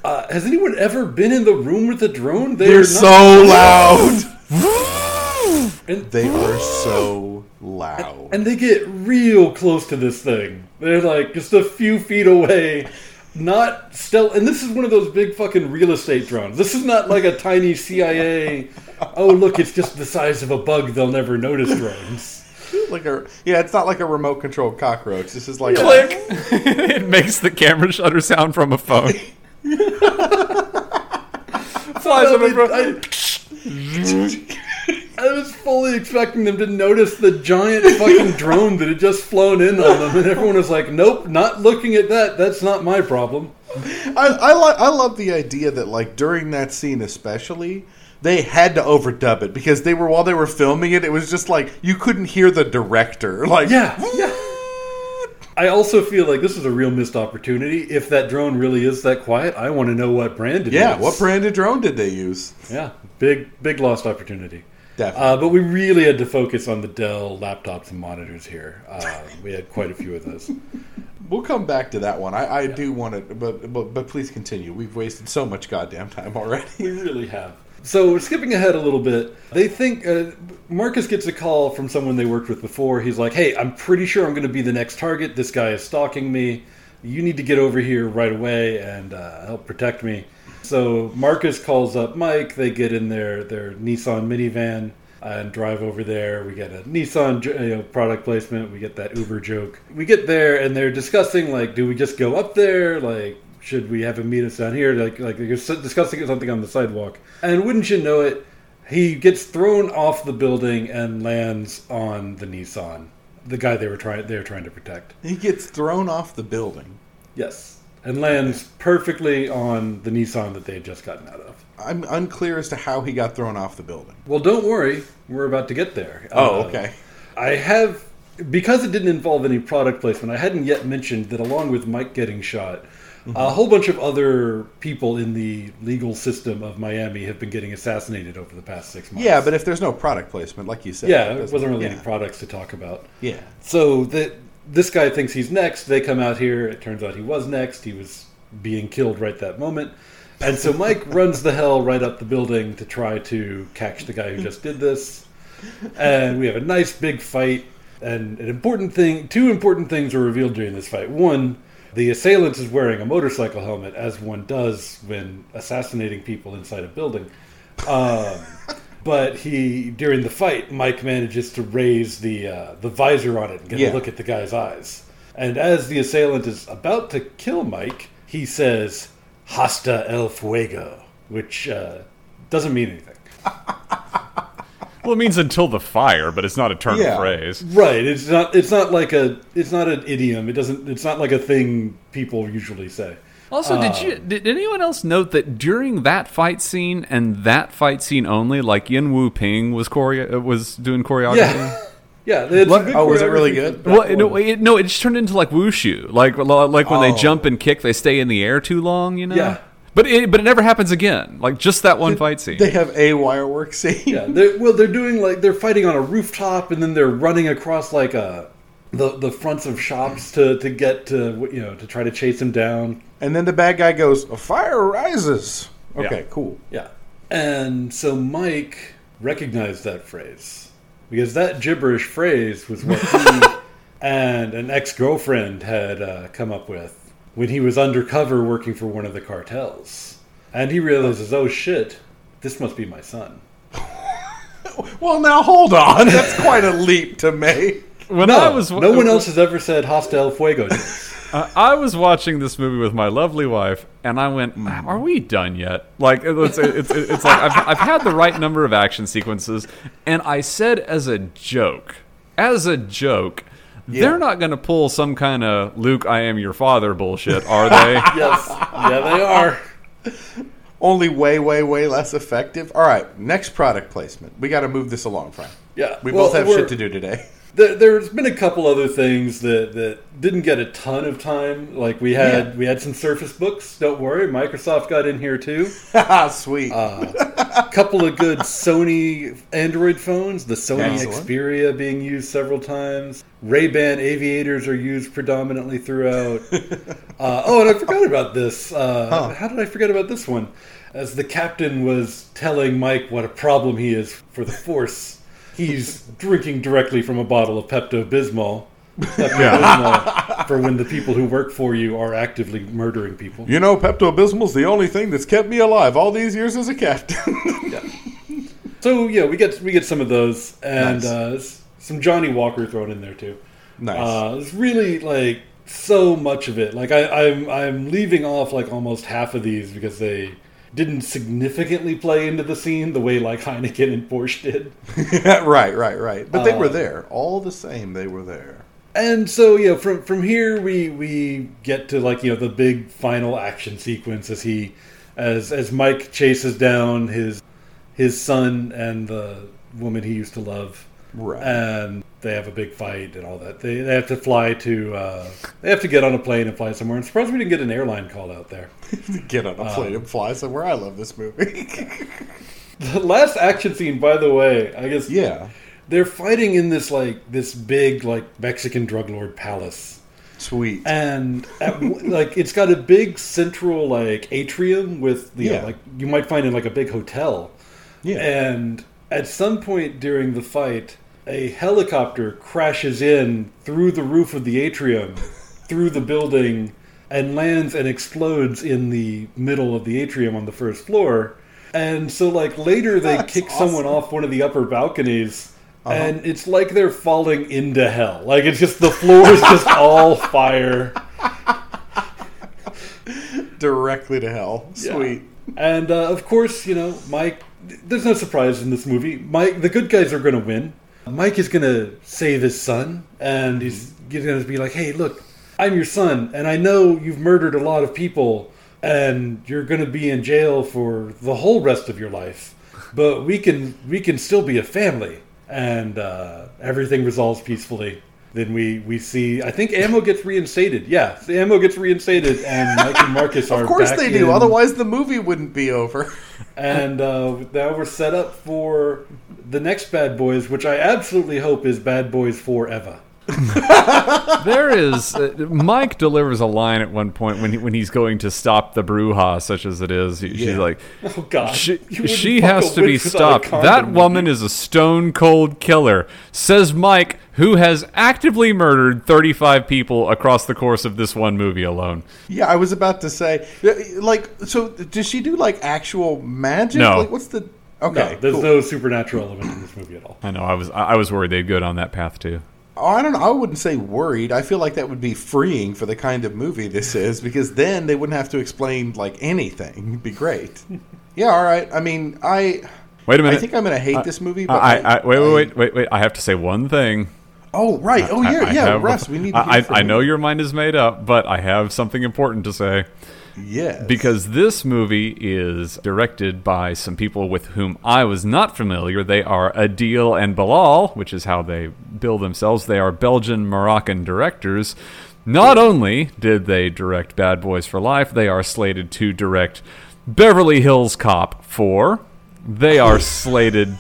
Speaker 4: uh, has anyone ever been in the room with a drone they
Speaker 2: they're so loud.
Speaker 4: and,
Speaker 2: They are so loud.
Speaker 4: and they get real close to this thing they're like just a few feet away not still and this is one of those big fucking real estate drones this is not like a tiny cia oh look it's just the size of a bug they'll never notice drones
Speaker 2: like a yeah, it's not like a remote controlled cockroach. This is like
Speaker 3: Click. it makes the camera shutter sound from a phone. Flies
Speaker 4: I,
Speaker 3: over from-
Speaker 4: I was fully expecting them to notice the giant fucking drone that had just flown in on them, and everyone was like, "Nope, not looking at that. That's not my problem."
Speaker 2: I I, lo- I love the idea that like during that scene especially. They had to overdub it because they were while they were filming it, it was just like you couldn't hear the director. Like
Speaker 4: Yeah, yeah. I also feel like this is a real missed opportunity. If that drone really is that quiet, I want to know what brand it is.
Speaker 2: yeah. What brand of drone did they use?
Speaker 4: Yeah, big, big lost opportunity.
Speaker 2: Definitely.
Speaker 4: Uh, but we really had to focus on the Dell laptops and monitors here. Uh, we had quite a few of those.
Speaker 2: We'll come back to that one. I, I do want to, but, but but please continue. We've wasted so much goddamn time already.
Speaker 4: We really have. So, skipping ahead a little bit, they think uh, Marcus gets a call from someone they worked with before. He's like, "Hey, I'm pretty sure I'm going to be the next target. This guy is stalking me. You need to get over here right away and uh, help protect me." So Marcus calls up Mike. They get in their their Nissan minivan and drive over there. We get a Nissan j- you know, product placement. We get that Uber joke. We get there and they're discussing like, do we just go up there? Like, should we have him meet us down here? Like, like they're s- discussing something on the sidewalk. And wouldn't you know it, he gets thrown off the building and lands on the Nissan, the guy they were trying they were trying to protect.
Speaker 2: He gets thrown off the building.
Speaker 4: Yes, and lands perfectly on the Nissan that they had just gotten out of.
Speaker 2: I'm unclear as to how he got thrown off the building.
Speaker 4: Well, don't worry, we're about to get there.
Speaker 2: Oh,
Speaker 4: Uh,
Speaker 2: okay.
Speaker 4: I have because it didn't involve any product placement. I hadn't yet mentioned that along with Mike getting shot,
Speaker 2: Mm-hmm.
Speaker 4: a whole bunch of other people in the legal system of Miami have been getting assassinated over the past six months.
Speaker 2: Yeah, but if there's no product placement, like you said, it
Speaker 4: yeah, it
Speaker 2: doesn't-
Speaker 4: wasn't really any
Speaker 2: yeah.
Speaker 4: products to talk about.
Speaker 2: Yeah.
Speaker 4: So that this guy thinks he's next. They come out here. It turns out he was next. He was being killed right that moment. And so Mike runs the hell right up the building to try to catch the guy who just did this. And we have a nice big fight. And an important thing, two important things are revealed during this fight. One, the assailant is wearing a motorcycle helmet, as one does when assassinating people inside a building. Um, but he, during the fight, Mike manages to raise the uh, the visor on it and get
Speaker 2: Yeah.
Speaker 4: a look at the guy's eyes. And as the assailant is about to kill Mike, he says, "Hasta el fuego," which uh, doesn't mean anything.
Speaker 3: Well, it means until the fire, but it's not a turn
Speaker 2: Yeah.
Speaker 3: of phrase.
Speaker 4: Right. It's not. It's not like a. It's not an idiom. It doesn't. It's not like a thing people usually say.
Speaker 3: Also, did you did anyone else note that during that fight scene and that fight scene only, like Yin Wu Ping was choreo- uh, was doing choreography?
Speaker 4: Yeah. Yeah. It's
Speaker 3: What-
Speaker 4: a good
Speaker 2: Oh, was it really
Speaker 4: choreography.
Speaker 2: good?
Speaker 3: Mm-hmm. Well, no, it, no, it just turned into like wushu, like like when
Speaker 2: Oh.
Speaker 3: they jump and kick, they stay in the air too long, you know.
Speaker 4: Yeah.
Speaker 3: But it but it never happens again. Like just that one fight scene.
Speaker 2: They have a wire work scene.
Speaker 4: Yeah, they're, well, they're doing like they're fighting on a rooftop, and then they're running across like a the the fronts of shops to to get to you know to try to chase him down.
Speaker 2: And then the bad guy goes, "A fire rises." Okay,
Speaker 3: Yeah.
Speaker 2: cool.
Speaker 4: Yeah, and so Mike recognized that phrase because that gibberish phrase was what he and an ex girlfriend had uh, come up with when he was undercover working for one of the cartels, and he realizes, oh shit, this must be my son.
Speaker 2: Well, now hold on. That's quite a leap to make.
Speaker 3: when
Speaker 4: No,
Speaker 3: I was
Speaker 4: no one else has ever said hostile fuego. to me.
Speaker 3: Uh, I was watching this movie with my lovely wife, and I went, "Ah,
Speaker 4: Mm.
Speaker 3: "Are we done yet?" Like it's it's, it's, it's like I've, I've had the right number of action sequences, and I said as a joke, as a joke, they're not going to pull some kind of Luke, I am your father bullshit, are they?
Speaker 4: yes. Yeah, they are.
Speaker 2: Only way, way, way less effective. All right, next product placement. We got to move this along, Frank.
Speaker 4: Yeah.
Speaker 2: We
Speaker 4: Well,
Speaker 2: both have
Speaker 4: we're-
Speaker 2: shit to do today.
Speaker 4: There, there's been a couple other things that, that didn't get a ton of time. Like we had
Speaker 2: Yeah.
Speaker 4: we had some Surface books. Don't worry, Microsoft got in here too.
Speaker 2: Ah, sweet.
Speaker 4: Uh, A couple of good Sony Android phones. The Sony
Speaker 2: Excellent.
Speaker 4: Xperia being used several times. Ray Ban aviators are used predominantly throughout. Uh, oh, and I forgot about this. Uh, How did I forget about this one? As the captain was telling Mike what a problem he is for the Force, he's drinking directly from a bottle of Pepto Bismol. for when the people who work for you are actively murdering people.
Speaker 2: you know, Pepto Bismol's the only thing that's kept me alive all these years as a captain.
Speaker 4: So yeah, we get we get some of those and
Speaker 2: Nice.
Speaker 4: uh, s- some Johnny Walker thrown in there too.
Speaker 2: nice.
Speaker 4: Uh, it's really like so much of it. Like I, I'm I'm leaving off like almost half of these because they didn't significantly play into the scene the way like Heineken and Porsche did.
Speaker 2: right, right, right. But they were
Speaker 4: uh,
Speaker 2: there. All the same, they were there.
Speaker 4: And so yeah, from from here we we get to like you know the big final action sequence as he as as Mike chases down his his son and the woman he used to love.
Speaker 2: Right.
Speaker 4: And they have a big fight and all that. They they have to fly to uh, they have to get on a plane and fly somewhere. I'm surprised we didn't get an airline call out there.
Speaker 2: Get on a plane and fly somewhere. I love this movie.
Speaker 4: The last action scene, by the way, I guess.
Speaker 2: Yeah.
Speaker 4: They're fighting in this like this big like Mexican drug lord palace,
Speaker 2: Sweet.
Speaker 4: and at, one- like it's got a big central like atrium with the
Speaker 2: Yeah.
Speaker 4: like you might find in like a big hotel.
Speaker 2: Yeah.
Speaker 4: And at some point during the fight, a helicopter crashes in through the roof of the atrium, through the building, and lands and explodes in the middle of the atrium on the first floor. And so, like, later they kick someone off one of the upper balconies.
Speaker 2: Uh-huh.
Speaker 4: And it's like they're falling into hell. Like it's just the floor is just all fire.
Speaker 2: uh, Directly to hell. Sweet.
Speaker 4: And uh, of course, you know, Mike. There's no surprise in this movie. Mike, the good guys are going to win. Mike is going to save his son, and he's going to be like, "Hey, look, I'm your son, and I know you've murdered a lot of people, and you're going to be in jail for the whole rest of your life. But we can we can still be a family, and uh, everything resolves peacefully." Then we, we see. I think Ammo gets reinstated. Yeah, the Ammo gets reinstated, and Mike and Marcus are.
Speaker 2: Of course
Speaker 4: back
Speaker 2: they do.
Speaker 4: in-
Speaker 2: Otherwise, the movie wouldn't be over.
Speaker 4: and uh, now we're set up for the next Bad Boys, which I absolutely hope is Bad Boys Forever.
Speaker 3: There is uh, Mike delivers a line at one point when he, when he's going to stop the brouhaha, such as it is. He- She's like,
Speaker 4: Oh God,
Speaker 3: she,
Speaker 4: You wouldn't
Speaker 3: she
Speaker 4: fuck
Speaker 3: has
Speaker 4: a
Speaker 3: to be
Speaker 4: witch without a
Speaker 3: stopped.
Speaker 4: condom,
Speaker 3: That
Speaker 4: would
Speaker 3: woman is a stone cold killer, says Mike, who has actively murdered 35 people across the course of this one movie alone.
Speaker 2: Yeah, I was about to say, uh, like, so does she do like actual magic?
Speaker 3: No.
Speaker 2: Like, what's the
Speaker 4: you?
Speaker 2: okay?
Speaker 4: No, there's
Speaker 2: cool.
Speaker 4: no supernatural element in this movie at all.
Speaker 3: I know. I was I I was worried they'd go down that path too.
Speaker 2: Oh, I don't know. I wouldn't say worried. I feel like that would be freeing for the kind of movie this is because then they wouldn't have to explain like anything. It'd be great. yeah, all right. I mean, I
Speaker 3: Wait a minute.
Speaker 2: I think I'm gonna hate this movie. But
Speaker 3: I, I, wait, wait, wait, wait, wait. I have to say one thing.
Speaker 2: Oh, right. Oh,
Speaker 3: I-
Speaker 2: yeah,
Speaker 3: I
Speaker 2: yeah,
Speaker 3: have-
Speaker 2: Russ. We need. To
Speaker 3: I,
Speaker 2: hear
Speaker 3: I,
Speaker 2: from
Speaker 3: I know
Speaker 2: you.
Speaker 3: your mind is made up, but I have something important to say.
Speaker 2: Yes.
Speaker 3: Because this movie is directed by some people with whom I was not familiar. They are Adil and Bilal, which is how they bill themselves. They are Belgian Moroccan directors. Not only did they direct Bad Boys for Life, they are slated to direct Beverly Hills Cop 4. They are slated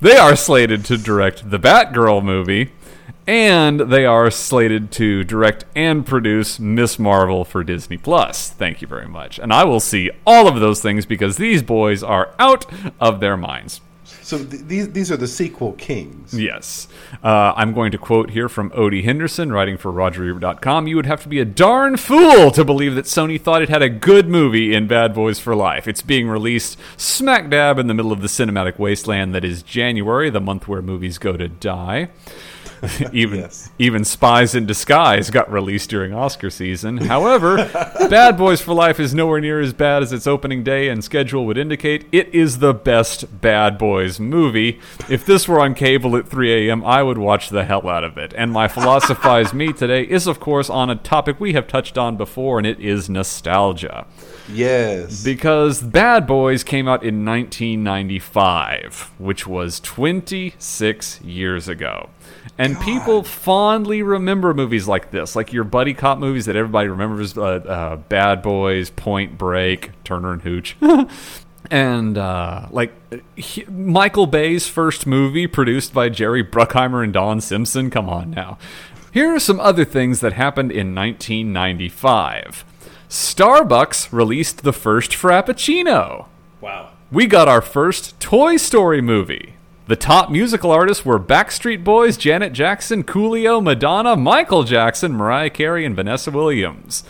Speaker 3: they are slated to direct the Batgirl movie, and they are slated to direct and produce Miss Marvel for Disney Plus. Thank you very much. And I will see all of those things because these boys are out of their minds.
Speaker 2: so th- these these are the sequel kings.
Speaker 3: Yes. Uh, I'm going to quote here from Odie Henderson, writing for RogerEbert.com. You would have to be a darn fool to believe that Sony thought it had a good movie in Bad Boys for Life. It's being released smack dab in the middle of the cinematic wasteland that is January, the month where movies go to die. even
Speaker 2: Yes.
Speaker 3: even Spies in Disguise got released during Oscar season. However, Bad Boys for Life is nowhere near as bad as its opening day and schedule would indicate. It is the best Bad Boys movie. If this were on cable at 3 a.m., I would watch the hell out of it. And my philosophize me today is, of course, on a topic we have touched on before, and it is nostalgia.
Speaker 2: Yes.
Speaker 3: Because Bad Boys came out in 1995, which was 26 years ago. And people fondly remember movies like this, like your buddy cop movies that everybody remembers uh, uh, Bad Boys, Point Break, Turner and Hooch. and uh, like he, Michael Bay's first movie produced by Jerry Bruckheimer and Don Simpson. Come on now. Here are some other things that happened in 1995. Starbucks released the first Frappuccino.
Speaker 4: Wow.
Speaker 3: We got our first Toy Story movie. The top musical artists were Backstreet Boys, Janet Jackson, Coolio, Madonna, Michael Jackson, Mariah Carey, and Vanessa Williams.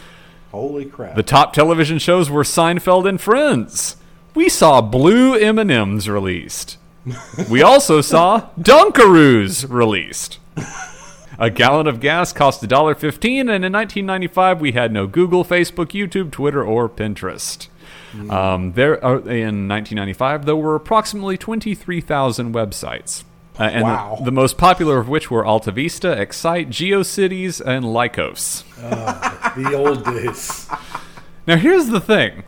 Speaker 2: Holy crap.
Speaker 3: The top television shows were Seinfeld and Friends. We saw Blue M&Ms released. We also saw Dunkaroos released. A gallon of gas cost $1.15, and in 1995 we had no Google, Facebook, YouTube, Twitter, or Pinterest. Um, there are, in 1995, there were approximately 23,000 websites. Uh, and the-
Speaker 2: Wow.
Speaker 3: the, most popular of which were AltaVista, Excite, GeoCities, and Lycos.
Speaker 4: The old days.
Speaker 3: Now, here's the thing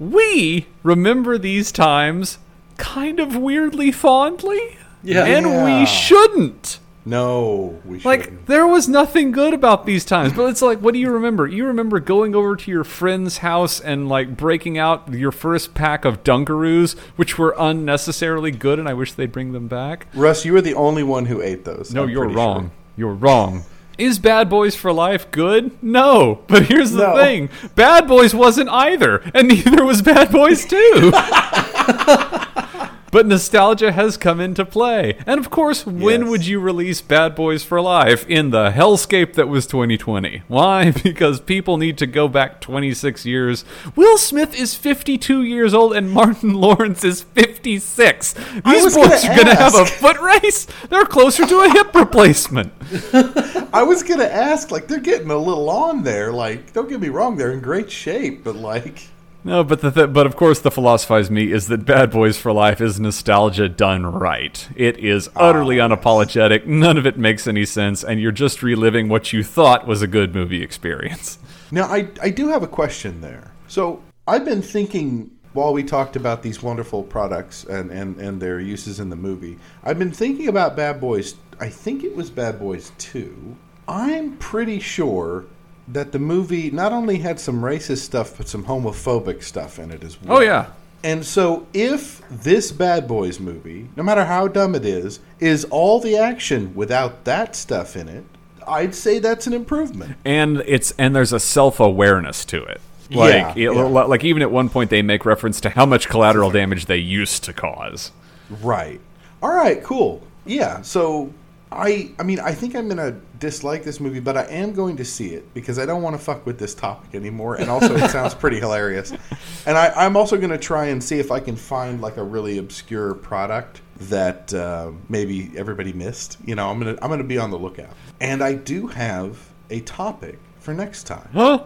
Speaker 3: we remember these times kind of weirdly fondly,
Speaker 4: Yeah.
Speaker 3: and
Speaker 2: Yeah.
Speaker 3: we shouldn't.
Speaker 2: No, we should.
Speaker 3: Like there was nothing good about these times, but it's like, what do you remember? You remember going over to your friend's house and like breaking out your first pack of Dunkaroos, which were unnecessarily good, and I wish they'd bring them back.
Speaker 2: Russ, you were the only one who ate those.
Speaker 3: No,
Speaker 2: I'm
Speaker 3: you're
Speaker 2: pretty sure.
Speaker 3: wrong. You're wrong. Is Bad Boys for Life good? No. But here's the
Speaker 2: No.
Speaker 3: thing Bad Boys wasn't either, and neither was Bad Boys 2. but nostalgia has come into play. And of course, when
Speaker 2: Yes.
Speaker 3: would you release Bad Boys for Life in the hellscape that was 2020? Why? Because people need to go back 26 years. Will Smith is 52 years old, and Martin Lawrence is 56. These
Speaker 2: was
Speaker 3: boys
Speaker 2: gonna
Speaker 3: are going to have a
Speaker 2: ask.
Speaker 3: foot race. They're closer to a hip replacement.
Speaker 2: I was gonna ask, like, they're getting a little on there. Like, don't get me wrong, they're in great shape, but like,
Speaker 3: No, but the th- but of course the philosophize me is that Bad Boys for Life is nostalgia done right. It is utterly
Speaker 2: Ah,
Speaker 3: unapologetic. None of it makes any sense, and you're just reliving what you thought was a good movie experience.
Speaker 2: Now, I, I do have a question there. So, I've been thinking while we talked about these wonderful products and, and, and their uses in the movie, I've been thinking about Bad Boys. I think it was Bad Boys 2. I'm pretty sure that the movie not only had some racist stuff, but some homophobic stuff in it as well.
Speaker 3: Oh yeah,
Speaker 2: And so, if this Bad Boys movie, no matter how dumb it is, is all the action without that stuff in it, I'd say that's an improvement.
Speaker 3: and it's and there's a self awareness to it. Like
Speaker 2: Yeah,
Speaker 3: it-
Speaker 2: yeah.
Speaker 3: li- like even at one point they make reference to how much collateral damage they used to cause.
Speaker 2: Right. All right, cool. Yeah, so I I mean, I think I'm going to dislike this movie, but I am going to see it because I don't want to fuck with this topic anymore and also it sounds pretty hilarious. And I I'm also going to try and see if I can find like a really obscure product that uh, maybe everybody missed. You know, I'm going to I'm going to be on the lookout. And I do have a topic for next time.
Speaker 3: Huh?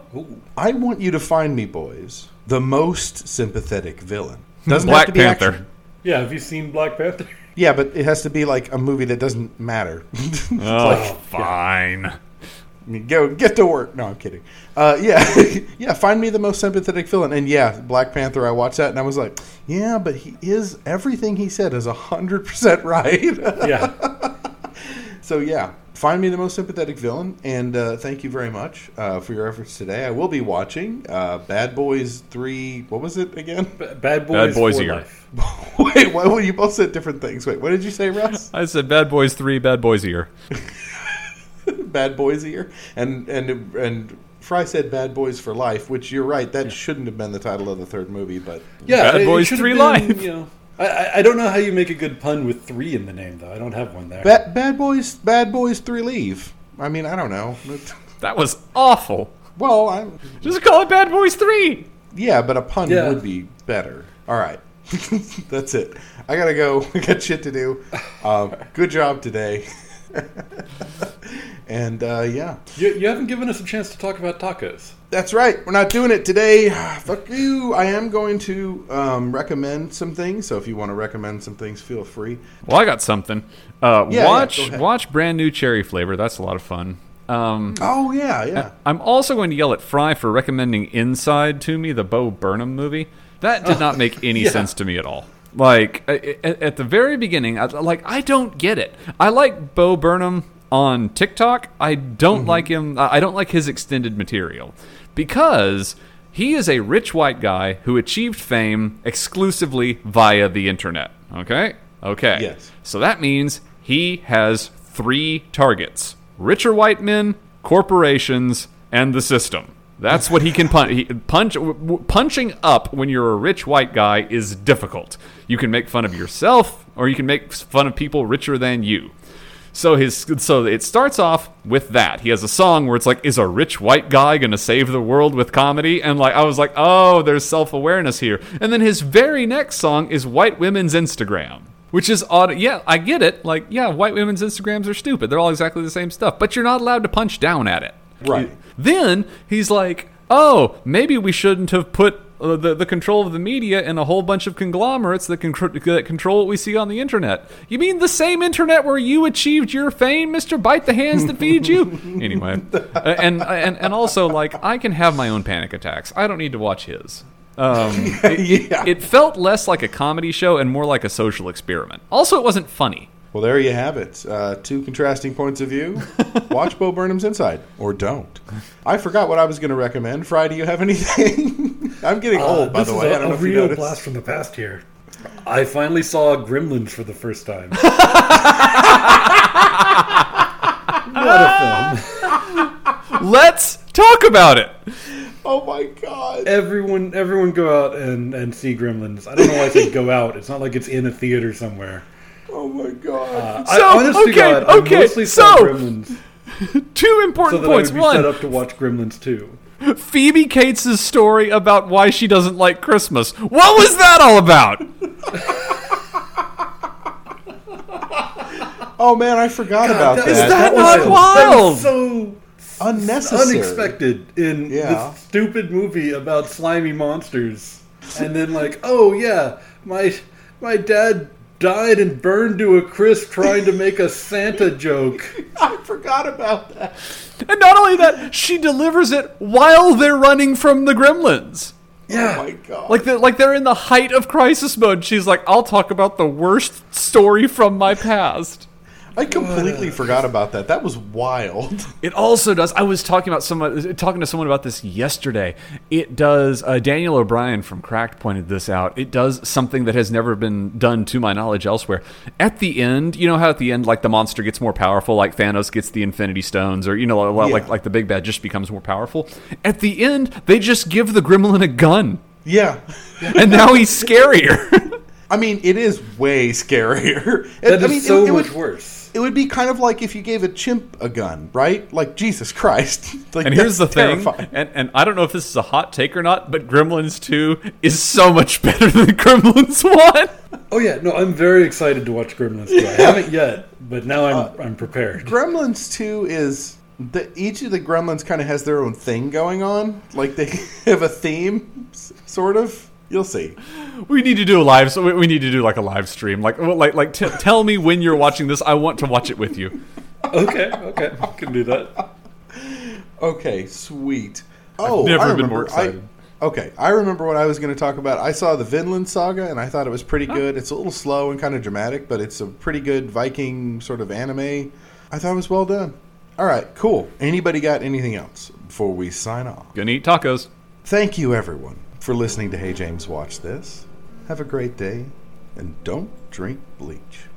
Speaker 2: I want you to find me, boys, the most sympathetic villain. Doesn't have to
Speaker 3: Black
Speaker 2: be
Speaker 3: Panther.
Speaker 2: action.
Speaker 4: Yeah, have you seen Black Panther?
Speaker 2: Yeah, but it has to be like a movie that doesn't matter. It's
Speaker 3: Oh,
Speaker 2: like,
Speaker 3: fine.
Speaker 2: I mean, go get to work. No, I'm kidding. Uh, yeah, yeah. Find me the most sympathetic villain, and yeah, Black Panther. I watched that and I was like, yeah, but he is everything he said is hundred percent right.
Speaker 4: Yeah.
Speaker 2: so yeah, find me the most sympathetic villain, and uh, thank you very much uh, for your efforts today. I will be watching uh, Bad Boys Three. What was it again?
Speaker 4: B- Bad
Speaker 3: Bad
Speaker 4: Boys,
Speaker 3: Boys
Speaker 4: for
Speaker 3: here.
Speaker 4: Life.
Speaker 2: Wait, why? Well, you both said different things. Wait, what did you say, Russ?
Speaker 3: I said Bad Boys Three, Bad Boys Ear.
Speaker 2: bad boys ear and and and fry said bad boys for life which you're right that shouldn't have been the title of the third movie but
Speaker 4: Yeah,
Speaker 3: Bad
Speaker 4: it- it
Speaker 3: Boys
Speaker 4: should've
Speaker 3: 3
Speaker 4: been,
Speaker 3: Live.
Speaker 4: You know, I- I, I don't know how you make a good pun with three in the name though. I don't have one there.
Speaker 2: bad, bad boys bad boys three leave i mean i don't know
Speaker 3: That was awful.
Speaker 2: well i'm
Speaker 3: Just call it Bad Boys Three.
Speaker 2: yeah but a pun
Speaker 4: Yeah.
Speaker 2: would be better all right that's it i gotta go i got shit to do um, good job today and uh, yeah
Speaker 4: You, you haven't given us a chance to talk about tacos.
Speaker 2: That's right. We're not doing it today. Fuck you. I am going to um, recommend some things. So if you want to recommend some things, feel free.
Speaker 3: Well, I got something. Uh,
Speaker 2: Yeah, yeah,
Speaker 3: watch
Speaker 2: go ahead.
Speaker 3: watch brand new cherry flavor. That's a lot of fun. Um,
Speaker 2: Oh yeah, yeah.
Speaker 3: I'm also going to yell at Fry for recommending Inside to me, the Bo Burnham movie. That did not make any sense to me at all. Like a- a- at the very beginning, I, like I don't get it. I like Bo Burnham on TikTok. I don't like him. I I don't like his extended material because he is a rich white guy who achieved fame exclusively via the internet. Okay. Okay.
Speaker 2: Yes.
Speaker 3: So that means he has three targets richer white men, corporations, and the system. That's what he can punch. He, punch w- w- punching up when you're a rich white guy is difficult. You can make fun of yourself, or you can make fun of people richer than you. So his so it starts off with that. He has a song where it's like, "Is a rich white guy gonna save the world with comedy?" And like, I was like, "Oh, there's self awareness here." And then his very next song is "White Women's Instagram," which is odd. Yeah, I get it. Like, yeah, white women's Instagrams are stupid. They're all exactly the same stuff. But you're not allowed to punch down at it.
Speaker 2: Right.
Speaker 3: Then he's like, "Oh, maybe we shouldn't have put uh, the the control of the media in a whole bunch of conglomerates that can that control what we see on the internet." You mean the same internet where you achieved your fame, Mister Bite the hands that feed you? anyway, uh, and and and also like I can have my own panic attacks. I don't need to watch his. Um,
Speaker 2: yeah.
Speaker 3: it felt less like a comedy show and more like a social experiment. Also, it wasn't funny.
Speaker 2: Well, there you have it. Uh, two contrasting points of view. Watch Bo Burnham's Inside, or don't. I forgot what I was going to recommend. Fry, do you have anything? I'm getting
Speaker 4: Uh,
Speaker 2: old, Oh, by
Speaker 4: this
Speaker 2: the
Speaker 4: is
Speaker 2: way. I
Speaker 4: a-
Speaker 2: I don't know
Speaker 4: a
Speaker 2: if you
Speaker 4: real
Speaker 2: noticed.
Speaker 4: blast from the past here. I finally saw Gremlins for the first time.
Speaker 3: Let's talk about it.
Speaker 2: Oh my
Speaker 4: Eh.
Speaker 2: god!
Speaker 4: Everyone, everyone, go out and, and see Gremlins. I don't know why I said go out. It's not like it's in a theater somewhere.
Speaker 2: Oh my god!
Speaker 4: I-
Speaker 3: So,
Speaker 4: honest to
Speaker 3: okay,
Speaker 4: God, I
Speaker 3: okay,
Speaker 4: mostly saw
Speaker 3: so-
Speaker 4: Gremlins
Speaker 3: Two
Speaker 4: so
Speaker 3: important
Speaker 4: that
Speaker 3: points.
Speaker 4: I would be set
Speaker 3: One,
Speaker 4: up to watch Gremlins too.
Speaker 3: Phoebe Cates' story about why she doesn't like Christmas. What was that all about?
Speaker 2: oh man, I forgot about that.
Speaker 3: Is that
Speaker 4: was-
Speaker 3: not
Speaker 4: that
Speaker 3: wild?
Speaker 4: was so
Speaker 2: unnecessary?
Speaker 4: unexpected in
Speaker 2: Yeah.
Speaker 4: this stupid movie about slimy monsters, and then like, oh yeah, my my dad died and burned to a crisp trying to make a Santa joke.
Speaker 2: I forgot about that. Oh,
Speaker 3: And not only that, she delivers it while they're running from the gremlins.
Speaker 4: Yeah,
Speaker 2: Oh my god!
Speaker 3: Like they're, like they're in the height of crisis mode. She's like, "I'll talk about the worst story from my past."
Speaker 2: I completely forgot about that. That was wild.
Speaker 3: It also does. I was talking about someone talking to someone about this yesterday. It does. Uh, Daniel O'Brien from Cracked pointed this out. It does something that has never been done to my knowledge elsewhere. At the end, you know how at the end, like the monster gets more powerful, like Thanos gets the Infinity Stones, or you know, like like,
Speaker 2: Yeah.
Speaker 3: like the big bad just becomes more powerful. At the end, they just give the gremlin a gun,
Speaker 2: Yeah.
Speaker 3: and now he's scarier.
Speaker 2: I mean, it is way scarier.
Speaker 4: that
Speaker 2: I
Speaker 4: is
Speaker 2: mean, it-
Speaker 4: so
Speaker 2: it
Speaker 4: much
Speaker 2: would-
Speaker 4: worse.
Speaker 2: It would be kind of like if you gave a chimp a gun, right? Like Jesus Christ. Like,
Speaker 3: And here's the
Speaker 2: that's
Speaker 3: thing,
Speaker 2: terrifying.
Speaker 3: and, and I don't know if this is a hot take or not, but Gremlins 2 is so much better than Gremlins 1.
Speaker 4: Oh yeah, no, I'm very excited to watch Gremlins. Too. I haven't yet, but now
Speaker 2: Uh,
Speaker 4: I'm I'm prepared.
Speaker 2: Gremlins Two is the each of the Gremlins kind of has their own thing going on. Like they have a theme, s- sort of. You'll see.
Speaker 3: We need to do a live, so we, we need to do like a live stream. Like, well, like, like, t- tell me when you're watching this. I want to watch it with you.
Speaker 4: okay, okay, I can do that.
Speaker 2: Okay, sweet. Oh,
Speaker 3: never
Speaker 2: I
Speaker 3: been
Speaker 2: remember,
Speaker 3: more excited.
Speaker 2: I, okay, I remember what I was going to talk about. I saw the Vinland Saga, and I thought it was pretty good. It's a little slow and kind of dramatic, but it's a pretty good Viking sort of anime. I thought it was well done. All right, cool. Anybody got anything else before we sign off?
Speaker 3: Gonna eat tacos.
Speaker 2: Thank you, everyone, for listening to Hey James Watch This. Have a great day, and don't drink bleach.